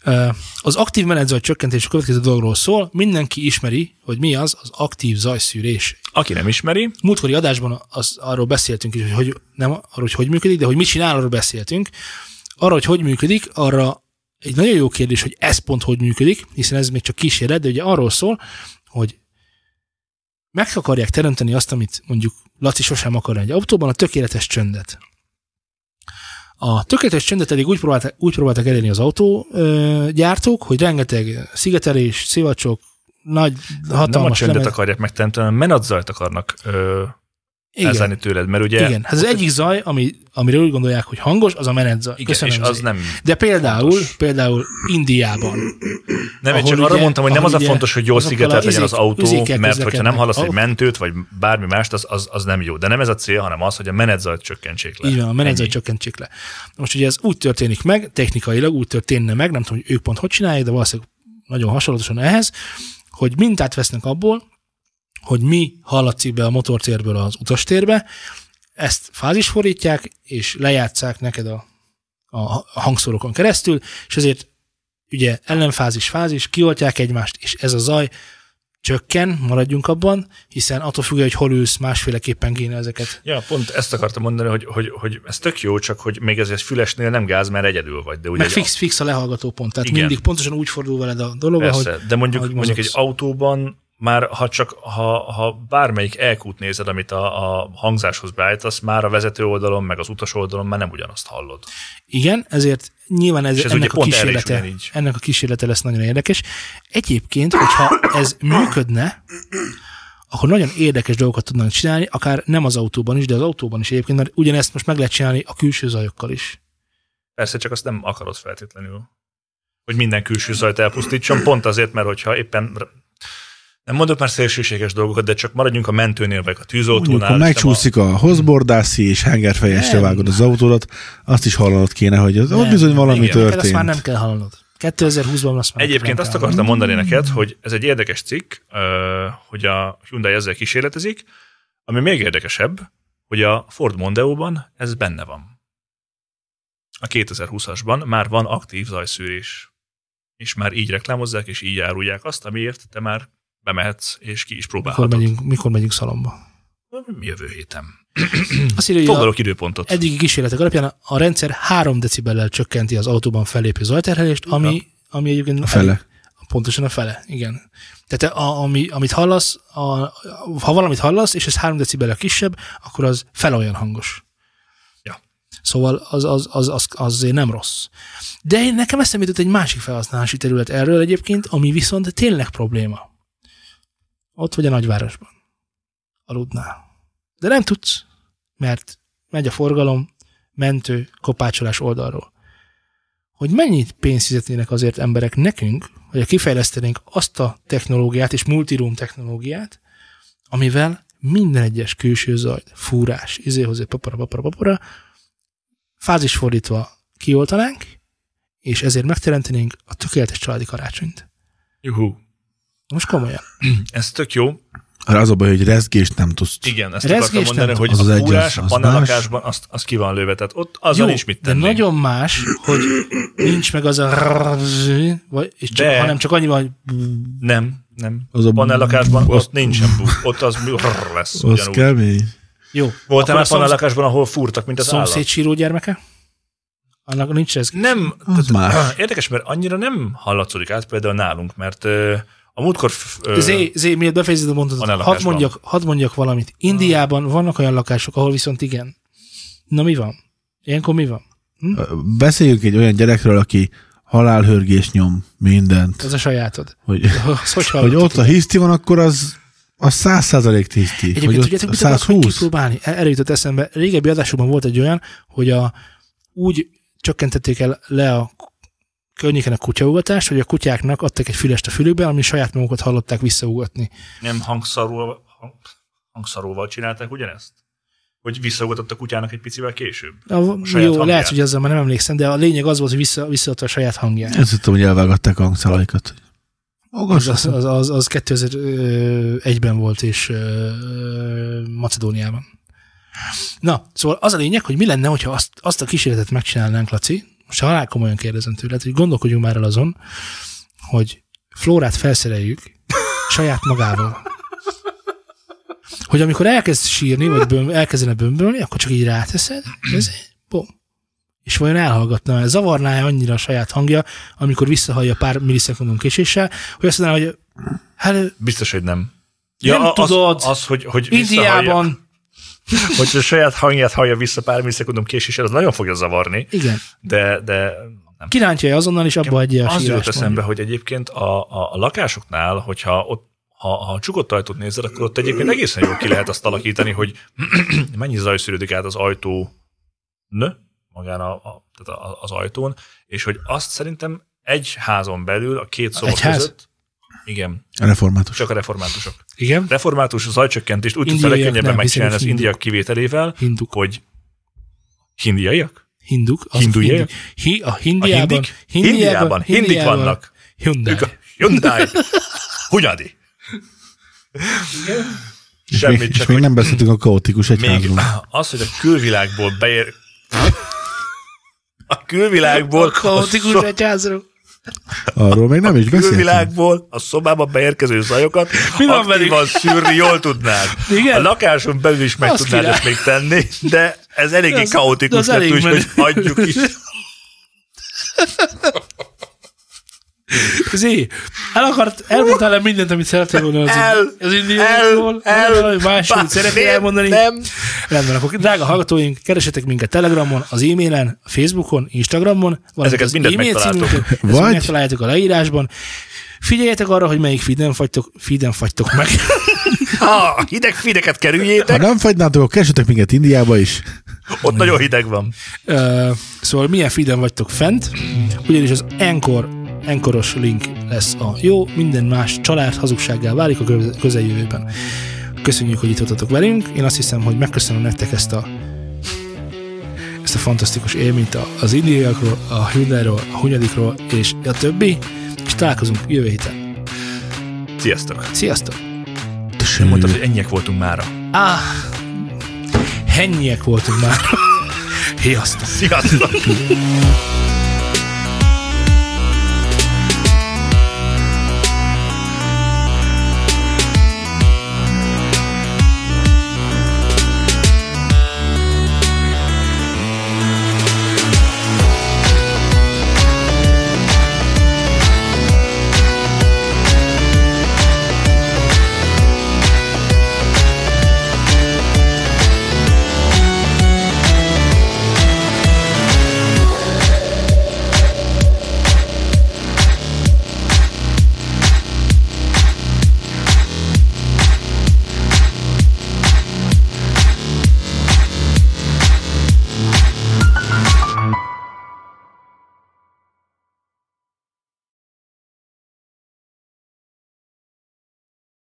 Speaker 1: Ö, Az aktív menedzaj csökkentés a következő dologról szól. Mindenki ismeri, hogy mi az az aktív zajszűrés.
Speaker 3: Aki nem ismeri,
Speaker 1: Múltkori adásban az, arról beszéltünk is, hogy, hogy nem arról, hogy hogy működik, de hogy mit csinál, arról beszéltünk. Arra, hogy hogy működik, arra egy nagyon jó kérdés, hogy ez pont hogy működik, hiszen ez még csak kísérlet, de ugye arról szól, hogy meg akarják teremteni azt, amit mondjuk Laci sosem akarna egy autóban, a tökéletes csöndet. A tökéletes csöndet pedig úgy próbálták, úgy próbálták elérni az autógyártók, hogy rengeteg szigetelés, szivacsok, nagy, hatalmas
Speaker 3: nem a csöndet
Speaker 1: lemez-
Speaker 3: akarják megteremteni, hanem menadzajt akarnak ö,
Speaker 1: Igen.
Speaker 3: elzárni tőled, mert ugye
Speaker 1: Igen, hát az egyik zaj, ami, amire úgy gondolják, hogy hangos, az a menedzaj.
Speaker 3: Igen,
Speaker 1: Köszönöm,
Speaker 3: és az
Speaker 1: Zé.
Speaker 3: nem,
Speaker 1: De például,
Speaker 3: fontos.
Speaker 1: például Indiában.
Speaker 3: nem én
Speaker 1: ahol
Speaker 3: csak arra
Speaker 1: ugye-
Speaker 3: mondtam, hogy nem az
Speaker 1: ahol
Speaker 3: a
Speaker 1: ugye
Speaker 3: fontos, hogy jól
Speaker 1: azokkal
Speaker 3: szigetelt
Speaker 1: a
Speaker 3: legyen az
Speaker 1: izék-
Speaker 3: autó,
Speaker 1: üzékkel
Speaker 3: mert hogyha nem
Speaker 1: közlekednek.
Speaker 3: hallasz egy
Speaker 1: Au-
Speaker 3: mentőt, vagy bármi mást, az, az, az nem jó. De nem ez a cél, hanem az, hogy a menedzajt csökkentsék le.
Speaker 1: Így van, a menedzser
Speaker 3: Ennyi.
Speaker 1: csökkentsék le. Most ugye ez úgy történik meg, technikailag úgy történne meg, nem tudom, hogy ők pont hogy csinálják, de valószínűleg nagyon hasonlatosan ehhez, hogy mintát vesznek abból, hogy mi hallatszik be a motortérből az utastérbe, ezt fázisforítják, és lejátszák neked a, a a hangszórókon keresztül, és ezért ugye ellenfázis, fázis, kioltják egymást, és ez a zaj csökken, maradjunk abban, hiszen attól függően, hogy hol ülsz, másféleképpen kéne ezeket.
Speaker 3: Ja, pont ezt akartam mondani, hogy, hogy, hogy ez tök jó, csak hogy még ezért fülesnél nem gáz, mert egyedül vagy. De ugye
Speaker 1: Meg
Speaker 3: egy-
Speaker 1: fix, fix a lehallgató pont, tehát
Speaker 3: Igen.
Speaker 1: Igen. mindig pontosan úgy fordul veled a dolog,
Speaker 3: Persze,
Speaker 1: ahogy
Speaker 3: de mondjuk,
Speaker 1: ahogy
Speaker 3: mondjuk egy
Speaker 1: mozogsz.
Speaker 3: autóban már ha csak ha, ha bármelyik elkút nézed, amit a, a hangzáshoz beállítasz, már a vezető oldalon, meg az utas oldalon már nem ugyanazt hallod.
Speaker 1: Igen, ezért nyilván ez,
Speaker 3: És ez
Speaker 1: ez
Speaker 3: ugye
Speaker 1: ennek, a
Speaker 3: pont erre is
Speaker 1: kísérlete,
Speaker 3: ugyanígy.
Speaker 1: ennek a kísérlete lesz nagyon érdekes. Egyébként, hogyha ez működne, akkor nagyon érdekes dolgokat tudnánk csinálni, akár nem az autóban is, de az autóban is egyébként, mert ugyanezt most meg lehet csinálni a külső zajokkal is.
Speaker 3: Persze, csak azt nem akarod feltétlenül, hogy minden külső zajt elpusztítson, pont azért, mert hogyha éppen nem mondok már szélsőséges dolgokat, de csak maradjunk a mentőnél, vagy a
Speaker 2: Mondjuk,
Speaker 3: tűzoltónál.
Speaker 2: ha
Speaker 3: és nem a-
Speaker 2: megcsúszik a hozbordászi és hengerfejesre
Speaker 1: Nem.
Speaker 2: vágod az autódat, azt is hallanod kéne, hogy az, ott
Speaker 1: Nem,
Speaker 2: bizony valami
Speaker 3: igen.
Speaker 1: Neked azt már
Speaker 2: történt.
Speaker 1: nem kell hallanod. 2020-ban azt már
Speaker 3: Egyébként azt
Speaker 1: akartam.
Speaker 3: akartam mondani neked, hogy ez egy érdekes cikk, ö, hogy a Hyundai ezzel kísérletezik, ami még érdekesebb, hogy a Ford Mondeo-ban ez benne van. A 2020-asban már van aktív zajszűrés, és már így reklámozzák, és így árulják azt, amiért te már bemehetsz, és ki is
Speaker 1: Mikor
Speaker 3: próbálhatod.
Speaker 1: megyünk, mikor megyünk szalomba?
Speaker 3: Jövő héten.
Speaker 1: Azt írja, hogy a
Speaker 3: Hm. Foglalok időpontot.
Speaker 1: eddigi kísérletek alapján a rendszer 3 decibellel csökkenti az autóban fellépő zajterhelést, ami, ami egyébként
Speaker 2: A fele.
Speaker 1: Pontosan a fele, igen. Tehát a, ami, amit hallasz, a, ha valamit hallasz, és ez 3 decibel kisebb, akkor az fel olyan hangos.
Speaker 3: Ja.
Speaker 1: Szóval az, az, az, az, azért nem rossz. De én, nekem eszembe jutott egy másik felhasználási terület erről egyébként, ami viszont tényleg probléma. Ott vagy a nagyvárosban. Aludnál. De nem tudsz, mert megy a forgalom, mentő, kopácsolás oldalról hogy mennyit pénzt fizetnének azért emberek nekünk, hogy kifejlesztenénk azt a technológiát és multiroom technológiát, amivel minden egyes külső zajt, fúrás, izéhozé, papara, papara, papara, fázisfordítva kioltanánk, és ezért megteremtenénk a tökéletes családi karácsonyt.
Speaker 3: Juhú.
Speaker 1: Most komolyan.
Speaker 3: Ez tök jó,
Speaker 2: Arra Az a baj, hogy rezgést nem tudsz.
Speaker 3: Igen, ezt
Speaker 1: Rezgés
Speaker 3: akartam
Speaker 1: nem
Speaker 3: mondani, hogy
Speaker 2: Az
Speaker 3: az
Speaker 2: az
Speaker 3: a
Speaker 2: egyes,
Speaker 3: fúrás a
Speaker 2: az
Speaker 3: panellakásban azt, azt ki van lőve, tehát ott azon is mit
Speaker 1: de
Speaker 3: tenni.
Speaker 1: nagyon más, hogy nincs meg az a rrrr, vagy, és csak,
Speaker 3: De-
Speaker 1: hanem csak annyi van, hogy
Speaker 3: Nem, nem.
Speaker 2: Az
Speaker 3: Az
Speaker 2: a
Speaker 3: a panellakásban
Speaker 2: bu-
Speaker 3: ott nincsen bu, ott az brrr lesz
Speaker 2: Az
Speaker 3: ugyanúgy.
Speaker 2: kemény.
Speaker 1: jó.
Speaker 3: Voltál már
Speaker 1: akkor a szomsz-
Speaker 3: panellakásban, ahol fúrtak, mint az
Speaker 1: szomszéd
Speaker 3: állat?
Speaker 1: síró gyermeke? Annak nincs ez.
Speaker 3: Nem,
Speaker 1: Hát,
Speaker 2: Az más.
Speaker 3: érdekes, mert annyira nem hallatszódik át például nálunk, mert ö, a múltkor... f- ö,
Speaker 1: Zé, Zé, miért befejezed a mondatot?
Speaker 3: Van el
Speaker 1: Hadd
Speaker 3: lakásban.
Speaker 1: mondjak, hadd mondjak valamit. Indiában vannak olyan lakások, ahol viszont igen. Na mi van? Ilyenkor mi van? ah.
Speaker 2: Beszéljünk egy olyan gyerekről, aki halálhörgés nyom mindent.
Speaker 1: Ez a sajátod.
Speaker 2: Hogy,
Speaker 1: Azt hogy
Speaker 2: hogy
Speaker 1: hallod?
Speaker 2: ott a hiszti van, akkor az a száz százalék hiszti. Hogy
Speaker 1: Egyébként
Speaker 2: ott
Speaker 1: tudjátok,
Speaker 2: a
Speaker 1: mit akarok még
Speaker 2: 120.
Speaker 1: kipróbálni? Erre jutott eszembe. Régebbi adásokban volt egy olyan, hogy a, úgy csökkentették el le a környéken a kutyaugatást, hogy a kutyáknak adtak egy fülest a fülükbe, ami saját magukat hallották visszaugatni.
Speaker 3: Nem hangszarul, hang, hangszaróval csinálták ugyanezt? Hogy visszaugatott a kutyának egy picivel később?
Speaker 1: A, jó,
Speaker 3: saját hangját.
Speaker 1: lehet, hogy azzal már nem emlékszem, de a lényeg az volt, hogy vissza, visszaadta a saját hangját.
Speaker 2: Ezt tudom, hogy elvágatták a hangszalaikat.
Speaker 1: Az,
Speaker 2: Magas.
Speaker 1: az, az, az, az 2001-ben volt, és ö, ö, Macedóniában. Na, szóval az a lényeg, hogy mi lenne, hogyha azt, azt a kísérletet megcsinálnánk, Laci, most halál komolyan kérdezem tőled, hogy gondolkodjunk már el azon, hogy Flórát felszereljük saját magával. Hogy amikor elkezd sírni, vagy böm, elkezdene bömbölni, akkor csak így ráteszed, ez, bom. És vajon elhallgatná, zavarná annyira a saját hangja, amikor visszahallja pár millisekundum késéssel, hogy azt mondaná, hogy hát, hello,
Speaker 3: Biztos, hogy nem.
Speaker 1: Nem
Speaker 3: az,
Speaker 1: tudod.
Speaker 3: Az, hogy, hogy visszahallja-
Speaker 1: Indiában.
Speaker 3: hogy a saját hangját hallja vissza pár millisekundum késéssel, az nagyon fogja zavarni,
Speaker 1: Igen.
Speaker 3: de, de nem.
Speaker 1: Kirántja azonnal, és abba adja a
Speaker 3: Az jut
Speaker 1: sírást.
Speaker 3: eszembe, hogy egyébként a, a, a lakásoknál, hogyha ott ha, ha a csukott ajtót nézed, akkor ott egyébként egészen jól ki lehet azt alakítani, hogy mennyi zaj szűrődik át az ajtó nő, magán a, a, tehát a, az ajtón, és hogy azt szerintem egy házon belül, a két szoba
Speaker 1: Egy ház?
Speaker 3: között, igen,
Speaker 2: Református.
Speaker 3: csak a reformátusok.
Speaker 1: Igen.
Speaker 3: Református zajcsökkentést úgy tudsz a
Speaker 1: Indiaiak
Speaker 3: legkönnyebben
Speaker 1: nem,
Speaker 3: megcsinálni
Speaker 1: hiszen
Speaker 3: az
Speaker 1: ők
Speaker 3: indiak kivételével,
Speaker 1: Hinduk.
Speaker 3: hogy hindiaiak?
Speaker 1: Hinduk. azok
Speaker 3: Hinduiek?
Speaker 1: hindik. Hi, a Hindiában.
Speaker 3: hindik? Hindiában, hindik vannak.
Speaker 1: Hyundai.
Speaker 3: Ők a Hyundai. Hunyadi.
Speaker 2: És
Speaker 3: Semmit
Speaker 2: még,
Speaker 3: csak
Speaker 2: és még nem beszéltünk a kaotikus
Speaker 3: Még
Speaker 2: egyházról.
Speaker 3: az, hogy a külvilágból beér... A külvilágból...
Speaker 1: Kaotikus
Speaker 3: a
Speaker 1: egyházról.
Speaker 2: Arról még nem is beszéltünk.
Speaker 3: Külvilágból a szobába beérkező zajokat
Speaker 1: Finom
Speaker 3: aktívan szűrni jól tudnád.
Speaker 1: Igen.
Speaker 3: A lakáson belül is meg
Speaker 1: Az
Speaker 3: tudnád
Speaker 1: király.
Speaker 3: ezt még tenni, de ez eléggé
Speaker 1: De
Speaker 3: az,
Speaker 1: az-
Speaker 3: kaotikus
Speaker 1: de az
Speaker 3: lett,
Speaker 1: elég menő.
Speaker 3: úgyhogy hagyjuk is.
Speaker 1: Zé, el akart, elmondtál el mindent, amit szerettél volna az,
Speaker 3: El,
Speaker 1: az
Speaker 3: el,
Speaker 1: indiaiakról,
Speaker 3: el,
Speaker 1: valami más, amit szeretnél elmondani.
Speaker 3: Nem.
Speaker 1: Rendben, akkor drága hallgatóink, keresetek minket Telegramon, az e-mailen, Facebookon, Instagramon, valamint
Speaker 3: Ezeket
Speaker 1: az
Speaker 3: mindent
Speaker 1: e-mail
Speaker 3: megtaláltok.
Speaker 1: címünkön, ezt
Speaker 2: Vagy-
Speaker 1: Vagy... megtaláljátok a leírásban. Figyeljetek arra, hogy melyik feeden fagytok, feeden fagytok meg.
Speaker 3: Ha hideg fideket
Speaker 2: Ha
Speaker 3: kerüljétek,
Speaker 2: nem fagynátok, akkor keresetek minket Indiába is.
Speaker 3: ott nagyon hideg van.
Speaker 1: Ö, szóval milyen feeden vagytok fent, ugyanis az Encore, Enkoros link lesz a jó, minden más család hazugsággá válik a köz- közeljövőben. Köszönjük, hogy itt voltatok velünk. Én azt hiszem, hogy megköszönöm nektek ezt a ezt a fantasztikus élményt a- az indiaiakról, a Hyundairól, a Hunyadikról és a többi, és találkozunk jövő héten.
Speaker 3: Sziasztok!
Speaker 1: Sziasztok!
Speaker 3: Nem mondtad, hogy ennyiek voltunk mára.
Speaker 1: Ah, hennyiek voltunk már. Sziasztok!
Speaker 3: Sziasztok!